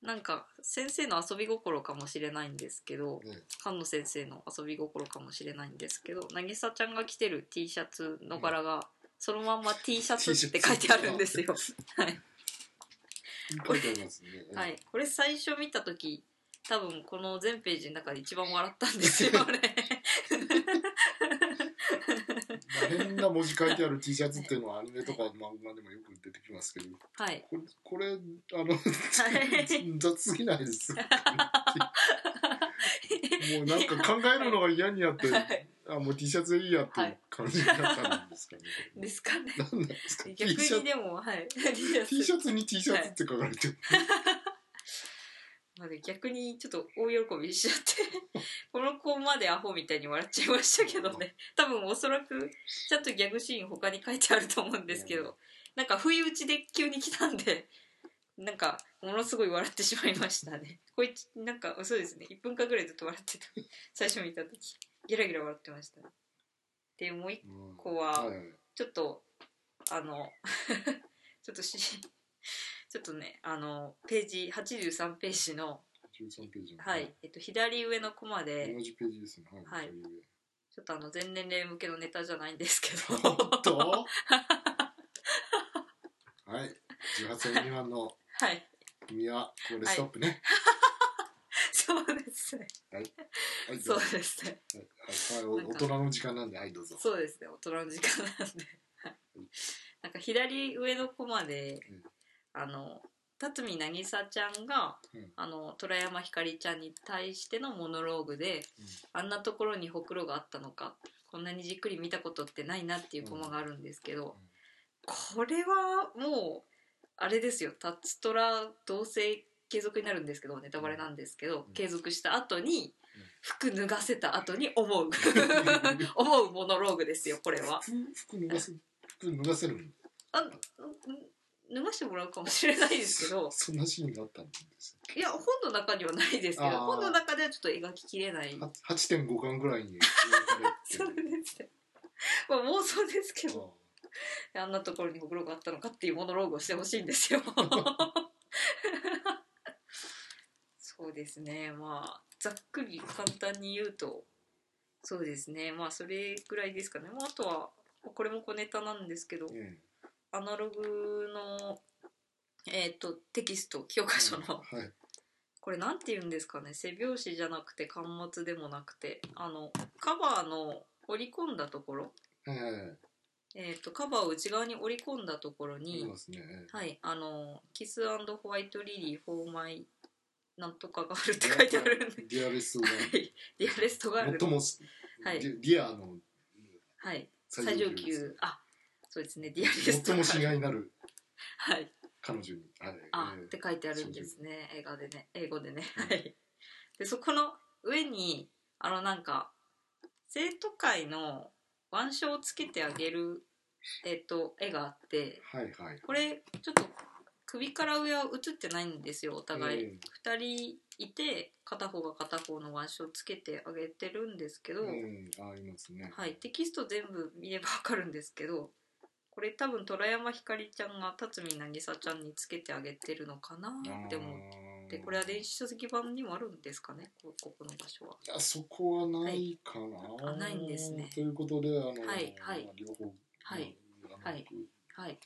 Speaker 2: なんか先生の遊び心かもしれないんですけど
Speaker 1: ね
Speaker 2: 菅野先生の遊び心かもしれないんですけど渚ちゃんが着てる T シャツの柄がそのまんま T シャツって書いてあるんですよ。
Speaker 1: 書いてありますね。
Speaker 2: はい、これ最初見た時多分この全ページの中で一番笑ったんですよね。
Speaker 1: 変な文字書いてある T シャツっていうのはアニメとか漫画でもよく出てきますけど、
Speaker 2: はい、
Speaker 1: これ、これあの、
Speaker 2: い
Speaker 1: 雑すぎないです。もうなんか考えるのが嫌になって、
Speaker 2: はい
Speaker 1: あ、もう T シャツでいいやって
Speaker 2: は
Speaker 1: いう
Speaker 2: い
Speaker 1: 感じになったんですかね。
Speaker 2: ですかね。
Speaker 1: 何なんですか T
Speaker 2: 逆
Speaker 1: シャ
Speaker 2: に
Speaker 1: ツ
Speaker 2: でもはい T シ ャ
Speaker 1: T シャツに T シャツって書かれてる。
Speaker 2: まあね、逆にちょっと大喜びしちゃって この子までアホみたいに笑っちゃいましたけどね多分おそらくちゃんとギャグシーン他に書いてあると思うんですけどなんか不意打ちで急に来たんでなんかものすごい笑ってしまいましたねこいつなんかそうですね1分間ぐらいずっと笑ってた最初見た時ギラギラ笑ってましたねでもう一
Speaker 1: うん
Speaker 2: こは
Speaker 1: はい
Speaker 2: ちょっとあの ちょっとしちょっとねあのページ83ページの「
Speaker 1: 13ページの
Speaker 2: はい、えっと、左上のコマで、
Speaker 1: 同じページですね。はい。
Speaker 2: はい
Speaker 1: とう
Speaker 2: ちょっとあの全年齢向けのネタじゃないんですけ
Speaker 1: おっ
Speaker 2: ど、
Speaker 1: とはい。18歳未満の
Speaker 2: はい、
Speaker 1: 君はこれストップね。
Speaker 2: そうですね、
Speaker 1: はい、ど
Speaker 2: そうう
Speaker 1: ぞ
Speaker 2: ですね、
Speaker 1: はいはい、大人の時間なんで、はい、どうぞ。
Speaker 2: そうですね、大人の時間なんで、はいなんか左上のコマで
Speaker 1: うん、
Speaker 2: あの辰巳渚ちゃんが、
Speaker 1: うん
Speaker 2: あの虎山ひかりちゃんに対してのモノローグで、
Speaker 1: うん
Speaker 2: あんなところにほくろがあったのかこんなにじっくり見たことってないなっていうコマがあるんですけど、
Speaker 1: ん
Speaker 2: これはもうあれですよ「タッツトラ」同棲継続になるんですけどネタバレなんですけど、
Speaker 1: うん
Speaker 2: 継続した後に
Speaker 1: うん
Speaker 2: 服脱がせた後に思う 思うモノローグですよこれは。
Speaker 1: 服服脱がせ、服脱がせる
Speaker 2: あん脱がしてもらうかもしれないですけど
Speaker 1: そんなシーンがあったんです
Speaker 2: いや本の中にはないですけど
Speaker 1: あー
Speaker 2: 本の中ではちょっと描ききれない
Speaker 1: よは8.5巻ぐらいに描
Speaker 2: そ
Speaker 1: か
Speaker 2: う
Speaker 1: れて
Speaker 2: ですねまあ妄想ですけ
Speaker 1: あ
Speaker 2: どあんなところにほくろがあったのかっていうモノローグをしてほしいんですよそうですねまあざっくり簡単に言うとそうですねまあそれぐらいですかね、まあ、あとはこれも小ネタなんですけど
Speaker 1: ーえ
Speaker 2: アナログのえっ、とテキスト教科書の
Speaker 1: えはい
Speaker 2: これなんて言うんですかね背表紙じゃなくて巻末でもなくてあのカバーの折り込んだところ、
Speaker 1: はいはいはい
Speaker 2: えー、とカバーを内側に折り込んだところ
Speaker 1: あ
Speaker 2: に、
Speaker 1: りますねえ
Speaker 2: はいあの「キスホワイトリリーフォーマイなんとかがある」って書いてあるんで
Speaker 1: えディアレス トが
Speaker 2: はいディアレストガール
Speaker 1: 最
Speaker 2: の
Speaker 1: も
Speaker 2: はい
Speaker 1: ディディアの
Speaker 2: はい最上級あそうですねディアレスト
Speaker 1: 最も
Speaker 2: ガ
Speaker 1: 親
Speaker 2: ール
Speaker 1: 愛なる
Speaker 2: はい
Speaker 1: 彼女にあれ
Speaker 2: あ、
Speaker 1: ええ
Speaker 2: って書いてあるんですね映画でね英語でねはいでそこの上にあのなんか生徒会の腕章をつけてあげるえっと絵があって
Speaker 1: はいはい
Speaker 2: これちょっと首から上は映ってないんですよお互い、
Speaker 1: え
Speaker 2: 二2人いて片方が片方の腕章をつけてあげてるんですけ
Speaker 1: え
Speaker 2: ど、
Speaker 1: うんありますね
Speaker 2: はい、テキスト全部見ればわかるんですけどこれ多分虎山ひかりちゃんが辰巳渚ちゃんにつけてあげてるのかなって思っ
Speaker 1: あー
Speaker 2: てこれは電子書籍版にもあるんですかねこここの場所は。
Speaker 1: いやそこはないかな、
Speaker 2: はいあないんですね
Speaker 1: ということであの、
Speaker 2: はいはい
Speaker 1: まあ両方、
Speaker 2: はい
Speaker 1: あの
Speaker 2: はいはい、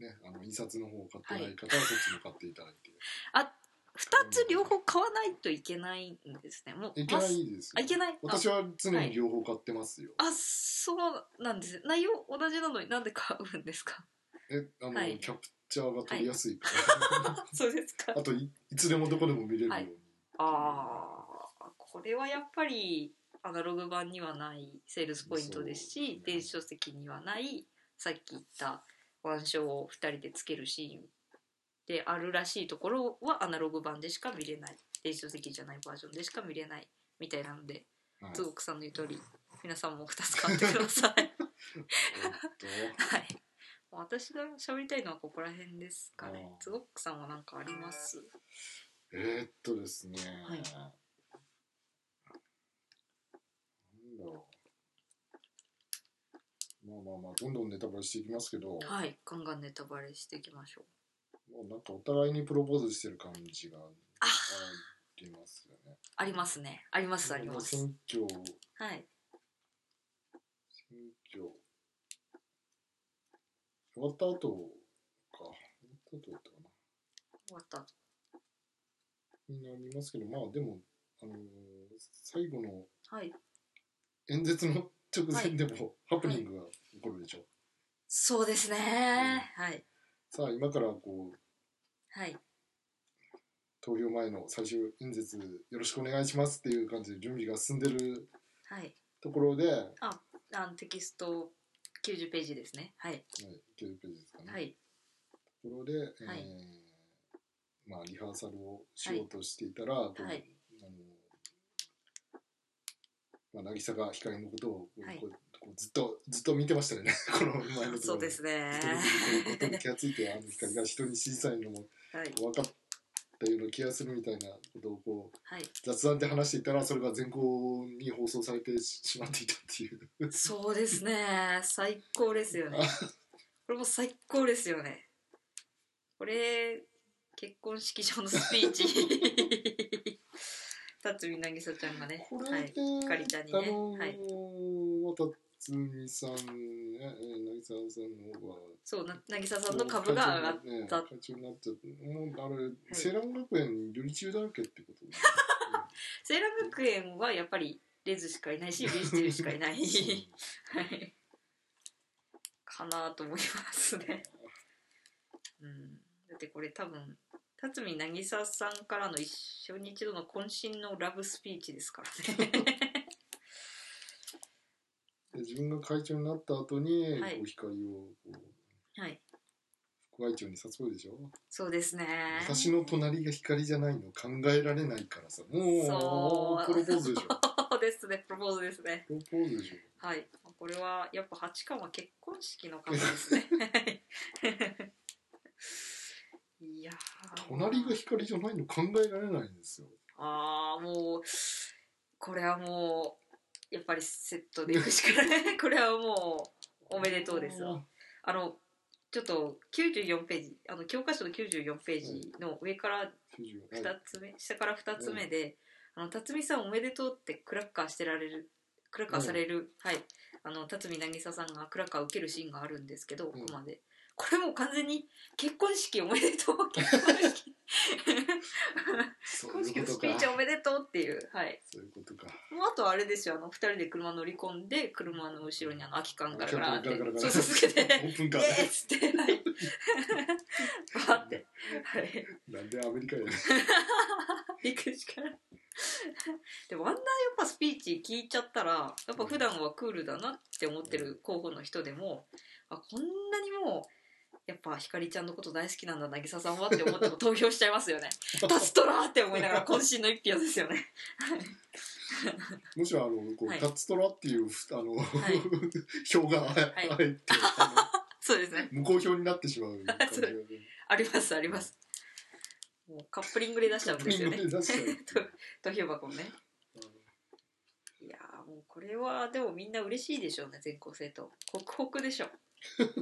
Speaker 1: ね、あの印刷の方を買ってない方はそっちも買っていただいて、
Speaker 2: あ2つ両方買わないといけないんですね。もう
Speaker 1: い、けな
Speaker 2: ます
Speaker 1: いです
Speaker 2: あ
Speaker 1: よ
Speaker 2: いけないあ
Speaker 1: 私は常に両方買ってますよ、
Speaker 2: あそうなんですね内容同じなのになんで買うんですか
Speaker 1: えあの、
Speaker 2: はい
Speaker 1: キャプチャーが取りやすいから、
Speaker 2: そうですか
Speaker 1: あといいつでもどこでも見れるように、
Speaker 2: はいあーこれはやっぱりアナログ版にはないセールスポイントです
Speaker 1: そ
Speaker 2: し
Speaker 1: うですね
Speaker 2: 電子書籍にはないさっき言った腕章を2人でつけるシーンであるらしいところはアナログ版でしか見れない電子書籍じゃないバージョンでしか見れないみたいなので
Speaker 1: はい
Speaker 2: つごくさんの言う通り皆さんも2つ買ってくださ
Speaker 1: お
Speaker 2: い。
Speaker 1: っと
Speaker 2: はい私が喋りたいのはここら辺ですかね
Speaker 1: あ。ー
Speaker 2: つごくさんは何かあります。
Speaker 1: えー、っとですね、
Speaker 2: はい
Speaker 1: なんだろうまあまあまあどんどんネタバレしていきますけど、
Speaker 2: はい、ガンガンネタバレしていきましょう。
Speaker 1: もうなんかお互いにプロポーズしてる感じがあ
Speaker 2: あ
Speaker 1: りますよね。
Speaker 2: ありますね。ありますあります。
Speaker 1: 選挙、
Speaker 2: はい。
Speaker 1: 選挙。終わった後か。終わった後だったかな。
Speaker 2: 終わった。
Speaker 1: みんな見ますけど、まあでも、あのー最後の
Speaker 2: はい。
Speaker 1: 演説の 直前でもハプニングが起こるでしょ。
Speaker 2: そうですね。はい。
Speaker 1: さあ、今からこう、
Speaker 2: はい。
Speaker 1: 投票前の最終演説よろしくお願いしますっていう感じで準備が進んでる
Speaker 2: はい。
Speaker 1: ところで、は
Speaker 2: あのテキスト90ページですね。はい。
Speaker 1: い、9ページですかね。
Speaker 2: はい。
Speaker 1: ところで、えー
Speaker 2: はい
Speaker 1: まあ、リハーサルをしようとしていたら、こう
Speaker 2: はい
Speaker 1: あのまあ、渚が光のことをこう
Speaker 2: はい
Speaker 1: こうこうずっとずっと見てましたよね この前のところ
Speaker 2: そうですね
Speaker 1: 一。人でこのことに気がついてあの光が人に小さいのも
Speaker 2: はい。
Speaker 1: 分かったような気がするみたいなことをこう
Speaker 2: はい。
Speaker 1: 雑談で話していたらそれが全校に放送されてししまっていたっていう
Speaker 2: そうですね。最高ですよね。これも最高ですよね。これ、結婚式場のスピ ーチ。辰巳渚ちゃんがね。
Speaker 1: これ
Speaker 2: は
Speaker 1: で
Speaker 2: い。、ひかりちゃんにね
Speaker 1: あのー
Speaker 2: はい
Speaker 1: またつみさんねえー渚さんの方が
Speaker 2: そう、な渚さんの株が上がっ
Speaker 1: った会長になっちゃったもうあれ、セーラン学園に寄り中だらけってこと
Speaker 2: セーラー学園はやっぱりレズしかいないしビーステルしかいないはいかなと思いますね、うん、だってこれ多分辰巳渚さんからの一生に一度の渾身のラブスピーチですからね
Speaker 1: で自分が会長になった後に、
Speaker 2: はい
Speaker 1: こう光をこう
Speaker 2: はい
Speaker 1: 副会長に誘うでしょ、
Speaker 2: そうですね
Speaker 1: 私の隣が光じゃないの考えられないからさもう
Speaker 2: そう
Speaker 1: プロポー ズでしょ
Speaker 2: そうですねプロポーズですね
Speaker 1: プロポーズでしょ
Speaker 2: はいこれ はやっぱ八巻は結婚式の方ですねはいいやー
Speaker 1: 隣が光じゃないの考えられないんですよ
Speaker 2: ああもうこれはもうやっぱりセットでいくしかない これはもうおめでとうですわあのちょっと94ページあの教科書の94ページの上から
Speaker 1: 94
Speaker 2: 2つ目下から2つ目で「あの辰巳さんおめでとう」ってクラッカーしてられるクラッカーされる、はいあの辰巳渚さんがクラッカーを受けるシーンがあるんですけど、
Speaker 1: ん
Speaker 2: ここまでこれもう完全に結婚式おめでとう結婚式
Speaker 1: そ
Speaker 2: 結
Speaker 1: う
Speaker 2: 婚
Speaker 1: いうこ
Speaker 2: 式の
Speaker 1: と
Speaker 2: スピーチ
Speaker 1: か
Speaker 2: おめでとうっていうはい
Speaker 1: そういうことか
Speaker 2: もうあとあれですよあの2人で車乗り込んで車の後ろにあの空き缶ガラガラって
Speaker 1: ガラガラガラ
Speaker 2: そうそう続けて
Speaker 1: オ
Speaker 2: 「
Speaker 1: ープン
Speaker 2: イ
Speaker 1: カ
Speaker 2: エ
Speaker 1: ー
Speaker 2: ーイっつってはいバーってはい
Speaker 1: なんでアメリカやねん
Speaker 2: 行くしかないでもあんなやっぱスピーチ聞いちゃったらやっぱ普段はクールだなって思ってる候補の人でもあこんなにもやっぱひかりちゃんのこと大好きなんだ渚さんはって思っても投票しちゃいます よね「タストラ!」って思いながら渾身の一票ですよね
Speaker 1: むしろあのこう、
Speaker 2: はい
Speaker 1: タッツトラっていうあの、
Speaker 2: い
Speaker 1: 票があえ
Speaker 2: い
Speaker 1: あえてあ
Speaker 2: そうですね
Speaker 1: の無効票になってしまう感じがね
Speaker 2: ありますありますもうカップリングで出 しちゃうんですよね
Speaker 1: カップリングで出しちゃう
Speaker 2: 投票箱もねいやーもうこれはでもみんな嬉しいでしょうね全校生徒ホクホクでしょ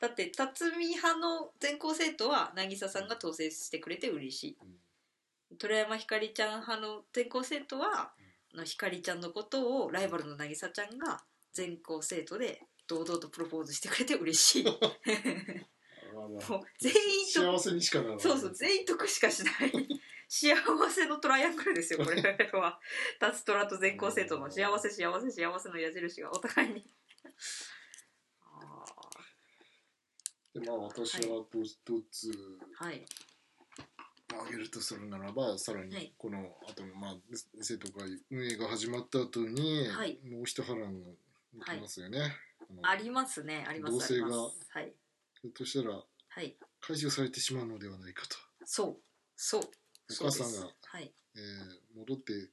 Speaker 2: だって辰巳派の全校生徒は渚さんが当選してくれて嬉し
Speaker 1: うん
Speaker 2: い鳥山ひかりちゃん派の全校生徒は、あのひかりちゃんのことをライバルの渚ちゃんが全校生徒で堂々とプロポーズしてくれて 嬉しいもう
Speaker 1: あら
Speaker 2: 全員と
Speaker 1: 幸せにしかならない
Speaker 2: そうそう全員得しかしない 幸せのトライアングルですよこれは タツトラと全校生徒の幸せ幸せ幸せの矢印がお互いにあ
Speaker 1: でまあ私はこう一つ
Speaker 2: ーはい
Speaker 1: 挙げるとするならばさら
Speaker 2: はい
Speaker 1: にこの後のまあ生徒会運営が始まった後に、
Speaker 2: はい
Speaker 1: もう一波乱がきますよね、の
Speaker 2: ありますねありますあります
Speaker 1: 同性
Speaker 2: はい
Speaker 1: ひょっとしたら
Speaker 2: はい
Speaker 1: 解除されてしまうのではないかと、
Speaker 2: そうそう
Speaker 1: お母さんが
Speaker 2: そうですはい
Speaker 1: えー戻って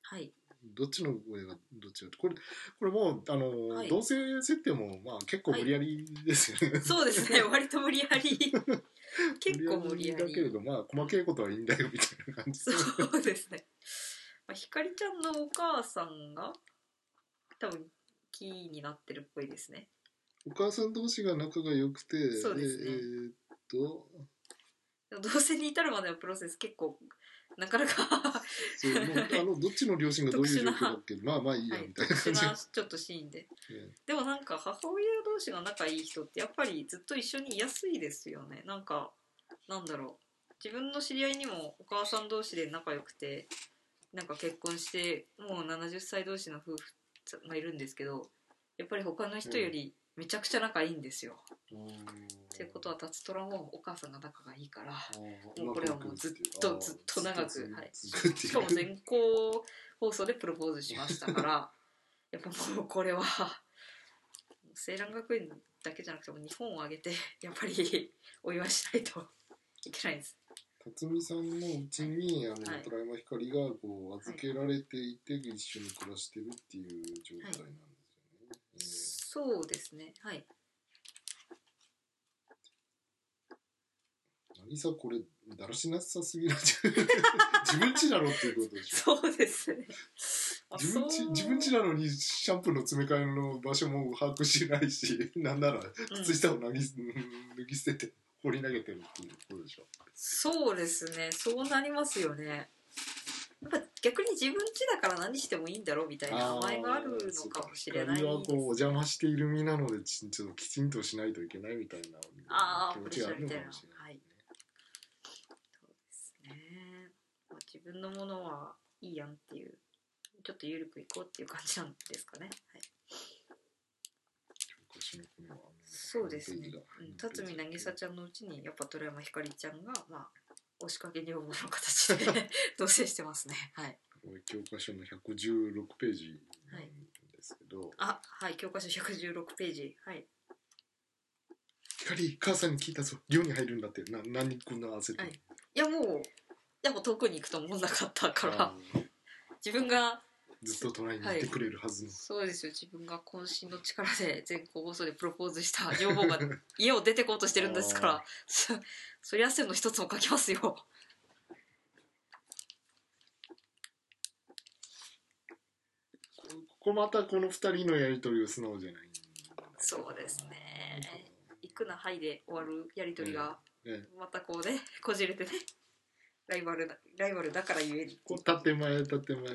Speaker 2: はい
Speaker 1: どっちの親がどっちだとこれこれもうあの、
Speaker 2: はい
Speaker 1: 同性設定もまあ結構無理やりですよね、
Speaker 2: そうで すね割と無理やり結構無理やり
Speaker 1: だけれどまあ細けいことはいいんだよみたいな感じ
Speaker 2: そうですね。まあ、ひかりちゃんのお母さんが多分キーになってるっぽいですね。
Speaker 1: お母さん同士が仲が良くて
Speaker 2: そうですね
Speaker 1: えーっと
Speaker 2: でも同棲に至るまでのプロセス結構なかなか
Speaker 1: そうもうあ のどっちの両親がどういう状況だっけまあまあいいや
Speaker 2: はい
Speaker 1: みたい
Speaker 2: 特
Speaker 1: な
Speaker 2: 殊
Speaker 1: 感じ、
Speaker 2: なちょっとシーンで。でもなんか母親同士が仲いい人ってやっぱりずっと一緒にいやすいですよね。なんかなんだろう自分の知り合いにもお母さん同士で仲良くてなんか結婚してもう70歳同士の夫婦がいるんですけどやっぱり他の人よりめちゃくちゃ仲いいんですよ。ってことはタツトラもお母さんが仲がいいからもうこれはもうずっとずっと長くはいしかも
Speaker 1: 全
Speaker 2: 全校放送でプロポーズしましたから やっぱもうこれは青蘭学園だけじゃなくても日本を挙げてやっぱりお祝いしないといけないです
Speaker 1: 辰巳さんのうちにあの
Speaker 2: はい
Speaker 1: 虎山ひかりがこう預けられていて一緒に暮らしてるっていう状態なんです
Speaker 2: そうですねはい
Speaker 1: よね。えー渚これだらしなさすぎるんじゃ ない自分ちだろっていうことでしょ
Speaker 2: そうですねあ
Speaker 1: 自分ち
Speaker 2: そう
Speaker 1: 自分ちなのにシャンプーの詰め替えの場所も把握しないし なんなら靴下を脱ぎ,、脱ぎ捨てて放り投げてるっていうことでしょ
Speaker 2: そうですねそうなりますよねやっぱ逆に自分家だから何してもいいんだろうみたいな甘えがあるのかもしれな
Speaker 1: あ
Speaker 2: い
Speaker 1: ーそうか光はこうお邪魔している身なのでちちょっときちんとしないといけないみたいな
Speaker 2: あー
Speaker 1: 気持ちがあるのかもしれない、
Speaker 2: そうですね、まあ、自分のものはいいやんっていうちょっと緩くいこうっていう感じなんですかね、はい、
Speaker 1: 教科書のこのあの
Speaker 2: そうです
Speaker 1: ペ
Speaker 2: ね
Speaker 1: ージだ
Speaker 2: うん辰巳渚ちゃんのうちにやっぱ鳥山ひかりちゃんがまあ押しかけ女房の形で 同棲してますねはい
Speaker 1: これ教科書の116ページなんですけど、
Speaker 2: あはい教科書116ページはい
Speaker 1: 光母さんに聞いたぞ寮に入るんだってな何こんな焦ってんの
Speaker 2: いやもうやっぱ遠くに行くと思わなかったから
Speaker 1: あー
Speaker 2: 自分が
Speaker 1: ずっと隣にいてくれるはずの、
Speaker 2: そうですよ自分が渾身の力で全国放送でプロポーズした 女房が家を出てこうとしてるんですか
Speaker 1: あー
Speaker 2: らそ そりゃ汗の一つもかきますよ
Speaker 1: ここまたこの二人のやり取りは素直じゃない
Speaker 2: そうですね行くなはいで終わるやり取りが、
Speaker 1: えええ
Speaker 2: またこうねこじれてねライバルだライバルだからゆえに
Speaker 1: こう建前建前でこうなんか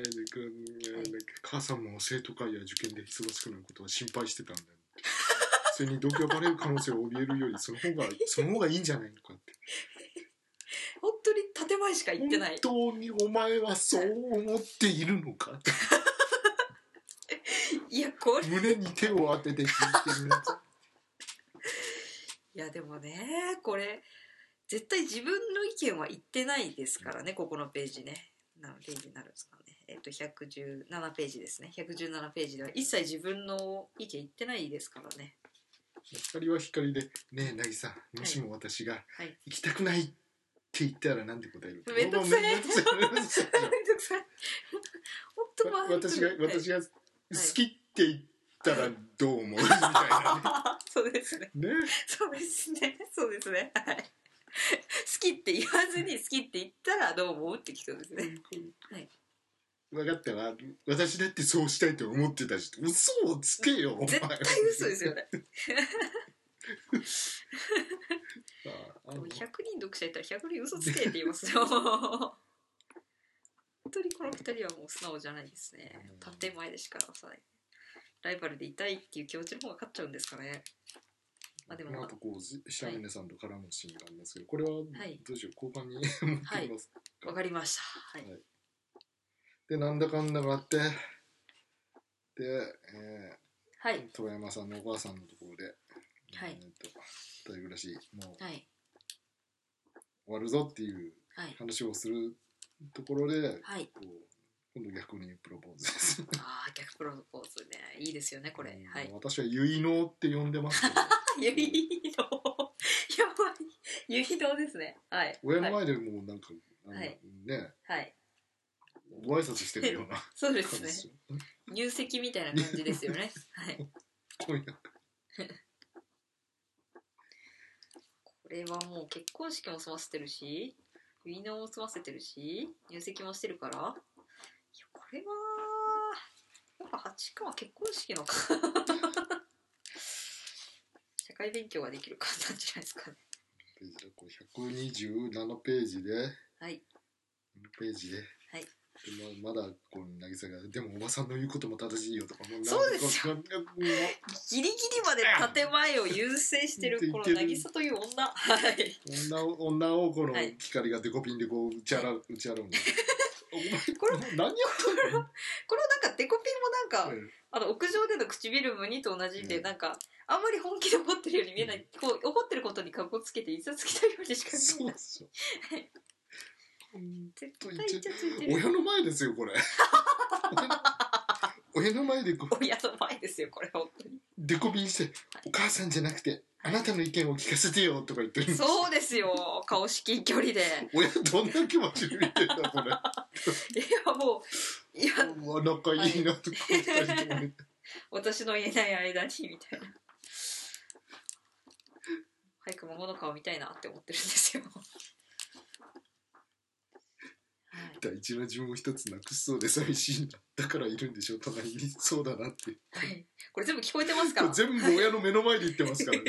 Speaker 1: 母さんも生徒会や受験で忙しくなることは心配してたんだよそれに同居がバレる可能性を怯えるよりその方が その方がいいんじゃないのかって
Speaker 2: 本当に建前しか言ってない
Speaker 1: 本当にお前はそう思っているのかって
Speaker 2: いやこれ
Speaker 1: 胸に手を当てて聞いてみなさ
Speaker 2: いやでもねこれ絶対自分の意見は言ってないですからねここのページね何ページになるんですかねえっと117ページですね117ページでは一切自分の意見言ってないですからね
Speaker 1: い光は光で「ねえ渚もしも私が
Speaker 2: はい
Speaker 1: 行きたくないって言ったらなんて答える
Speaker 2: めんどくさい
Speaker 1: めんどくさいめんどくさい
Speaker 2: めんどくさい本当
Speaker 1: わ
Speaker 2: は
Speaker 1: 私が私が好きって言ったらどう思うみたいな
Speaker 2: あ そうですね
Speaker 1: ね。ね
Speaker 2: そうですねそうですねはい好きって言わずに好きって言ったらどう思うって聞くんですねはい
Speaker 1: 分かったわ私だってそうしたいと思ってたし嘘をつけよお前
Speaker 2: 絶対嘘ですよね
Speaker 1: ああ
Speaker 2: も
Speaker 1: の
Speaker 2: う100人読者いたら100人嘘つけって言います よ本当にこの2人はもう素直じゃないですね建前でしかさないライバルでいたいっていう気持ちの方が勝っちゃうんですかねまあでも
Speaker 1: なんかこう下峰さんと絡むシーンがあるんですけどこれは
Speaker 2: はい
Speaker 1: どうしよう交換に持ってきます、
Speaker 2: わかりましたはい、
Speaker 1: でなんだかんだがあってで、え
Speaker 2: はい
Speaker 1: ー、遠山さんのお母さんのところで、
Speaker 2: はい
Speaker 1: えーと二人暮らしもう
Speaker 2: はい
Speaker 1: 終わるぞっていう
Speaker 2: はい
Speaker 1: 話をするところで
Speaker 2: はい
Speaker 1: こう今度逆にプロポーズです
Speaker 2: ああ逆プロポーズねいいですよねこれ
Speaker 1: うん
Speaker 2: はい
Speaker 1: 私は「結納」って呼んでますけど
Speaker 2: ゆいのやばいゆいのですねはい
Speaker 1: 親
Speaker 2: は
Speaker 1: の
Speaker 2: い、
Speaker 1: 前でもうなんか、あの
Speaker 2: はい
Speaker 1: ね
Speaker 2: はい、
Speaker 1: ご挨拶してるような
Speaker 2: そうで
Speaker 1: 感
Speaker 2: す
Speaker 1: じ
Speaker 2: ね
Speaker 1: ですよ
Speaker 2: 入籍みたいな感じですよ ねはい
Speaker 1: とにかく
Speaker 2: これはもう結婚式も済ませてるし結納も済ませてるし入籍もしてるからいやこれはやっぱ八冠は結婚式のか 社会勉強ができる感じなんじゃないですかね
Speaker 1: ページだこう127ページで
Speaker 2: はい
Speaker 1: ページで。
Speaker 2: はい
Speaker 1: でままだこう渚が「でもおばさんの言うことも正しいよ」とかも
Speaker 2: そうです
Speaker 1: よ
Speaker 2: ギリギリまで建前を優先してるこの渚という 女はい
Speaker 1: 女を女をこの
Speaker 2: はい
Speaker 1: 光がデコピンでこう打ち払う打ち払うんだお前
Speaker 2: こ
Speaker 1: 何や
Speaker 2: れ
Speaker 1: ってんの
Speaker 2: これなんかデコピンもなんか、
Speaker 1: うん
Speaker 2: あの屋上での唇ムニと同じで、
Speaker 1: うん
Speaker 2: なんかあんまり本気で怒ってるように見えない、こう怒ってることにかこつけていざつきたいようにしか見え
Speaker 1: そう
Speaker 2: ない
Speaker 1: でしょ
Speaker 2: はい
Speaker 1: 本
Speaker 2: 絶
Speaker 1: 当
Speaker 2: 対
Speaker 1: に
Speaker 2: イチャついてる
Speaker 1: 親の前ですよ これ親の前でこう
Speaker 2: 親の前ですよこれ本当 に
Speaker 1: デコピンして「お母さんじゃなくてあなたの意見を聞かせてよ」とか言ってる
Speaker 2: そうですよ顔至近距離で
Speaker 1: 親どんな気持ちで見てんだこ れ
Speaker 2: いやもういや
Speaker 1: うわ仲いいなとか二人ともね
Speaker 2: 私のいない間にみたいな早く桃の顔見たいなって思ってるんですよはい
Speaker 1: 大事な自分を一つなくしそうで寂しいんだだからいるんでしょ隣にそうだなって
Speaker 2: はい、これ全部聞こえてますから
Speaker 1: 全部親の目の前で言ってますから ね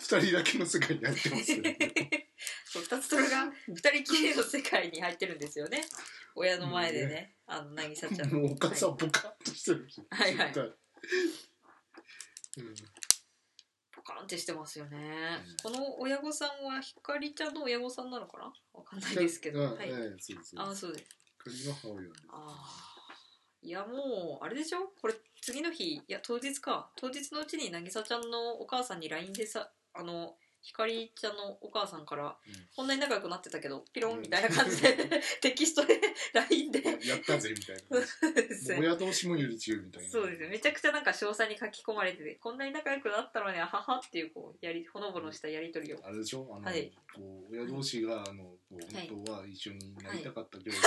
Speaker 1: 二人だけの世界に入ってますよね
Speaker 2: そう二つそれが二人きりの世界に入ってるんですよね親の前でね、あの渚ちゃんの
Speaker 1: もうお母さんボカッとしてるし
Speaker 2: はいはい
Speaker 1: 絶対うん
Speaker 2: ポカーンってしてますよね、この親御さんはひかりちゃんの親御さんなのかなわかんないですけど、
Speaker 1: うん
Speaker 2: はい、
Speaker 1: ええそうです。
Speaker 2: ああそうです
Speaker 1: 仮の母親です。
Speaker 2: あーいやもうあれでしょこれ次の日いや当日か当日のうちに渚ちゃんのお母さんに LINE でさあのひかりちゃんのお母さんから、
Speaker 1: うん
Speaker 2: こんなに仲良くなってたけどピロ
Speaker 1: うん
Speaker 2: ンみたいな感じで、 テキストで LINE で
Speaker 1: やったぜみたいな。
Speaker 2: そうです
Speaker 1: もう親同士もより強いみたいな。
Speaker 2: そうですねめちゃくちゃなんか詳細に書き込まれててこんなに仲良くなったのにあははっていうこうやりほのぼのしたやり取りを
Speaker 1: あれでしょあの、
Speaker 2: はい
Speaker 1: こう親同士があのこう
Speaker 2: はい
Speaker 1: 本当は一緒になりたかったけれども、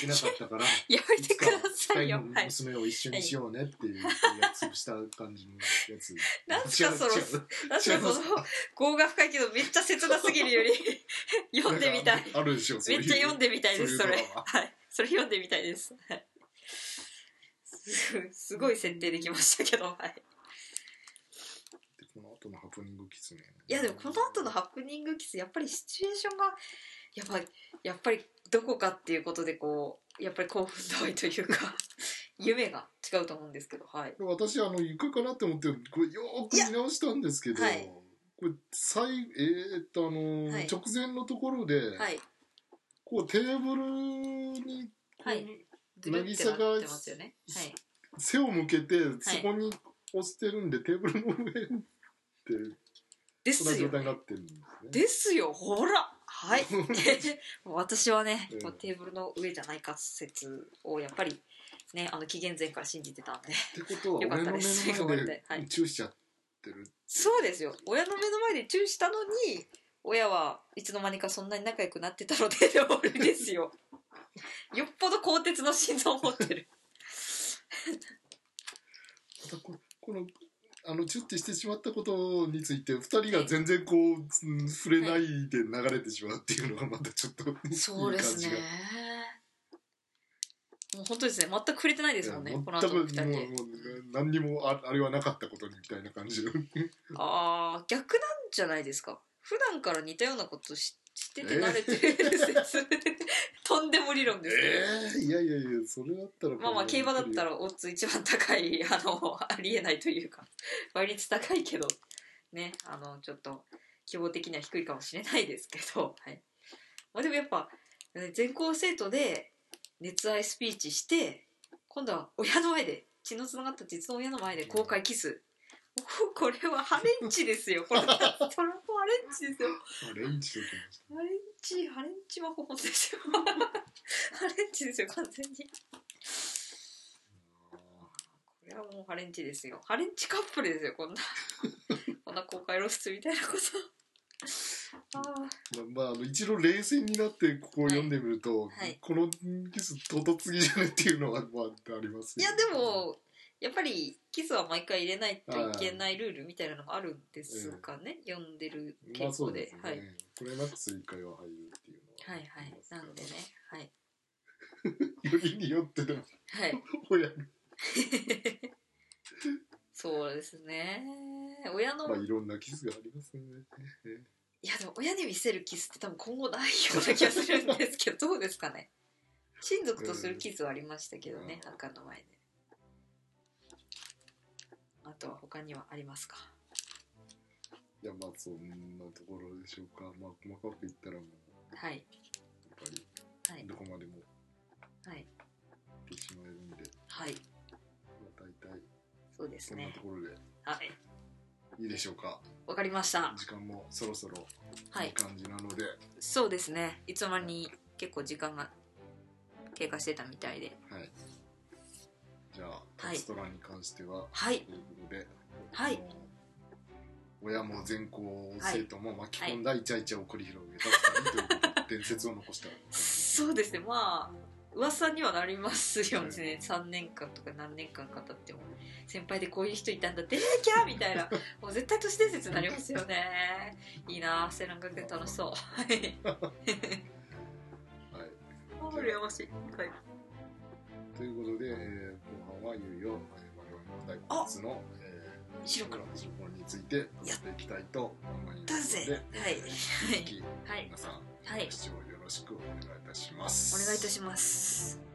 Speaker 1: きなかった から
Speaker 2: やめてくださ
Speaker 1: 二人
Speaker 2: いよ
Speaker 1: の
Speaker 2: はい
Speaker 1: 娘を一緒にしようねっていう約束した感じのやつ
Speaker 2: なんすかその
Speaker 1: 違う違う
Speaker 2: なんかそ の業が深いけどめっちゃ切なすぎるより 読んでみたい
Speaker 1: なんかあるでしょ
Speaker 2: めっちゃ読ん
Speaker 1: で
Speaker 2: でみたいですそ
Speaker 1: そういう
Speaker 2: れ
Speaker 1: ドラマ
Speaker 2: はいそれ読んでみたいですはいすすごい設定できましたけど、はい、
Speaker 1: この後のハプニングキツネ
Speaker 2: いやでもこの後のハプニングキスやっぱりシチュエーションがやっぱりやっぱりどこかっていうことでこうやっぱり興奮度合いというか 夢が違うと思うんですけどはい
Speaker 1: 私あの行くかなって思ってこれよーく見直したんですけど、
Speaker 2: いやはい
Speaker 1: これ最えーっとあのー
Speaker 2: はい
Speaker 1: 直前のところで、
Speaker 2: はい
Speaker 1: こうテーブルに
Speaker 2: はいぐるって
Speaker 1: 渚が
Speaker 2: なってますよねはい
Speaker 1: 背を向けてそこに押してるんで、テーブルの上って
Speaker 2: で
Speaker 1: そんな
Speaker 2: す
Speaker 1: 状
Speaker 2: よ
Speaker 1: 態になってるんですね。
Speaker 2: ですよほらはい もう私はね、
Speaker 1: うん
Speaker 2: もうテーブルの上じゃないか説をやっぱりねあの紀元前から信じてたんで
Speaker 1: ってことは
Speaker 2: よかっ
Speaker 1: 俺
Speaker 2: た
Speaker 1: の
Speaker 2: で
Speaker 1: 目
Speaker 2: す
Speaker 1: の前
Speaker 2: ごめんな
Speaker 1: で
Speaker 2: さいはい
Speaker 1: チューしちゃってる、
Speaker 2: そうですよ親の目の前でチューしたのに親はいつの間にかそんなに仲良くなってたのでで終わりです よよっぽど鋼鉄の心臓を持ってる
Speaker 1: またここのあのチュッてしてしまったことについて2人が全然こう、うん触れないで流れてしまうっていうのがまたちょっと
Speaker 2: そうですね
Speaker 1: いい感
Speaker 2: もう本当ですね全く触れてないで
Speaker 1: じ
Speaker 2: す
Speaker 1: が
Speaker 2: もん
Speaker 1: いや
Speaker 2: ねこの後
Speaker 1: 全
Speaker 2: の
Speaker 1: く
Speaker 2: 二人
Speaker 1: もう
Speaker 2: で
Speaker 1: もう何にもああれはなかったことにみたいな感 じの
Speaker 2: ああ逆なんじゃないですか普段から似たようなことし してて慣れてる説 とんでも理論ですけど、
Speaker 1: えー、いやいやいやそれだったら
Speaker 2: まあまあ競馬だった
Speaker 1: ら
Speaker 2: らオッズ一番高いあのありえないというか 倍率高いけどねあのちょっと希望的には低いかもしれないですけど、 はいまあ、でもやっぱね全校生徒で熱愛スピーチして今度は親の前で血のつながった実の親の前で公開キスもうこれはハレンチですよこれこれもハレンチですよ
Speaker 1: レンチできまし
Speaker 2: ハレンチ、ハレンチは本ですよ。 ハレンチですよ、完全に。
Speaker 1: た
Speaker 2: これはもうハレンチですよ。ハレンチカップルですよ、こ んな。こんな公開露出みたいなこと。ああ、
Speaker 1: まあ、まああの一度冷静になってここを読んでみると、
Speaker 2: はい
Speaker 1: このキス唐突ぎじゃねっていうのは、まあ、あります
Speaker 2: い
Speaker 1: よ
Speaker 2: や、
Speaker 1: ね
Speaker 2: でも、やっぱりキスは毎回入れないといけないルールみたいなのがあるんですかね、読んでる
Speaker 1: ま
Speaker 2: 傾
Speaker 1: あそ
Speaker 2: 向
Speaker 1: うで。
Speaker 2: です
Speaker 1: ね、
Speaker 2: はい、
Speaker 1: これなく追加は入るっていうの
Speaker 2: は、
Speaker 1: はい
Speaker 2: はい。なんでね、はい。
Speaker 1: よりによってでも
Speaker 2: はい。
Speaker 1: 親が
Speaker 2: そうですね。親の
Speaker 1: まあいろんなキスがありますね
Speaker 2: いやでも親に見せるキスって多分今後ないような気がするんですけどどうですかね親族とするキスはありましたけどね
Speaker 1: うん
Speaker 2: 墓の前であとは他にはありますか
Speaker 1: いやまあそんなところでしょうかまあ細かく言ったらもう
Speaker 2: はい
Speaker 1: やっぱり
Speaker 2: はい
Speaker 1: どこまでも
Speaker 2: はい
Speaker 1: 行ってしまえるんで、
Speaker 2: はい
Speaker 1: まあ、大体
Speaker 2: そうです
Speaker 1: そんな
Speaker 2: ね
Speaker 1: ところで
Speaker 2: はい
Speaker 1: いいでしょうか
Speaker 2: わかりました
Speaker 1: 時間もそろそろ
Speaker 2: はい
Speaker 1: いい感じなので、
Speaker 2: そうですねいつの間に結構時間が経過してたみたいで
Speaker 1: はい。じゃあ、
Speaker 2: は
Speaker 1: カ
Speaker 2: い
Speaker 1: ストラに関しては、
Speaker 2: はい
Speaker 1: ということで、
Speaker 2: はい
Speaker 1: あの親も全校生徒も巻き込んだイチャイチャを繰り広げた二人ということ で伝説を残した。
Speaker 2: そうですねまあ噂にはなりますよね3年間とか何年間か経っても先輩でこういう人いたんだでーキャーみた いなもう絶対都市伝説になりますよ ねいいなあ世蘭学園楽しそう はい
Speaker 1: はい。
Speaker 2: あー羨ましい、はい、
Speaker 1: ということで、えー後半はゆうよ、えー我々の大好物の、え
Speaker 2: 白
Speaker 1: ー、
Speaker 2: 黒
Speaker 1: 黒の情報についてやっていきたいと思いま
Speaker 2: だ
Speaker 1: すので、
Speaker 2: ぜはい
Speaker 1: 引き続き
Speaker 2: はい
Speaker 1: 皆さん、
Speaker 2: はい
Speaker 1: ご視聴よろしくお願いいたします。
Speaker 2: お願いいたします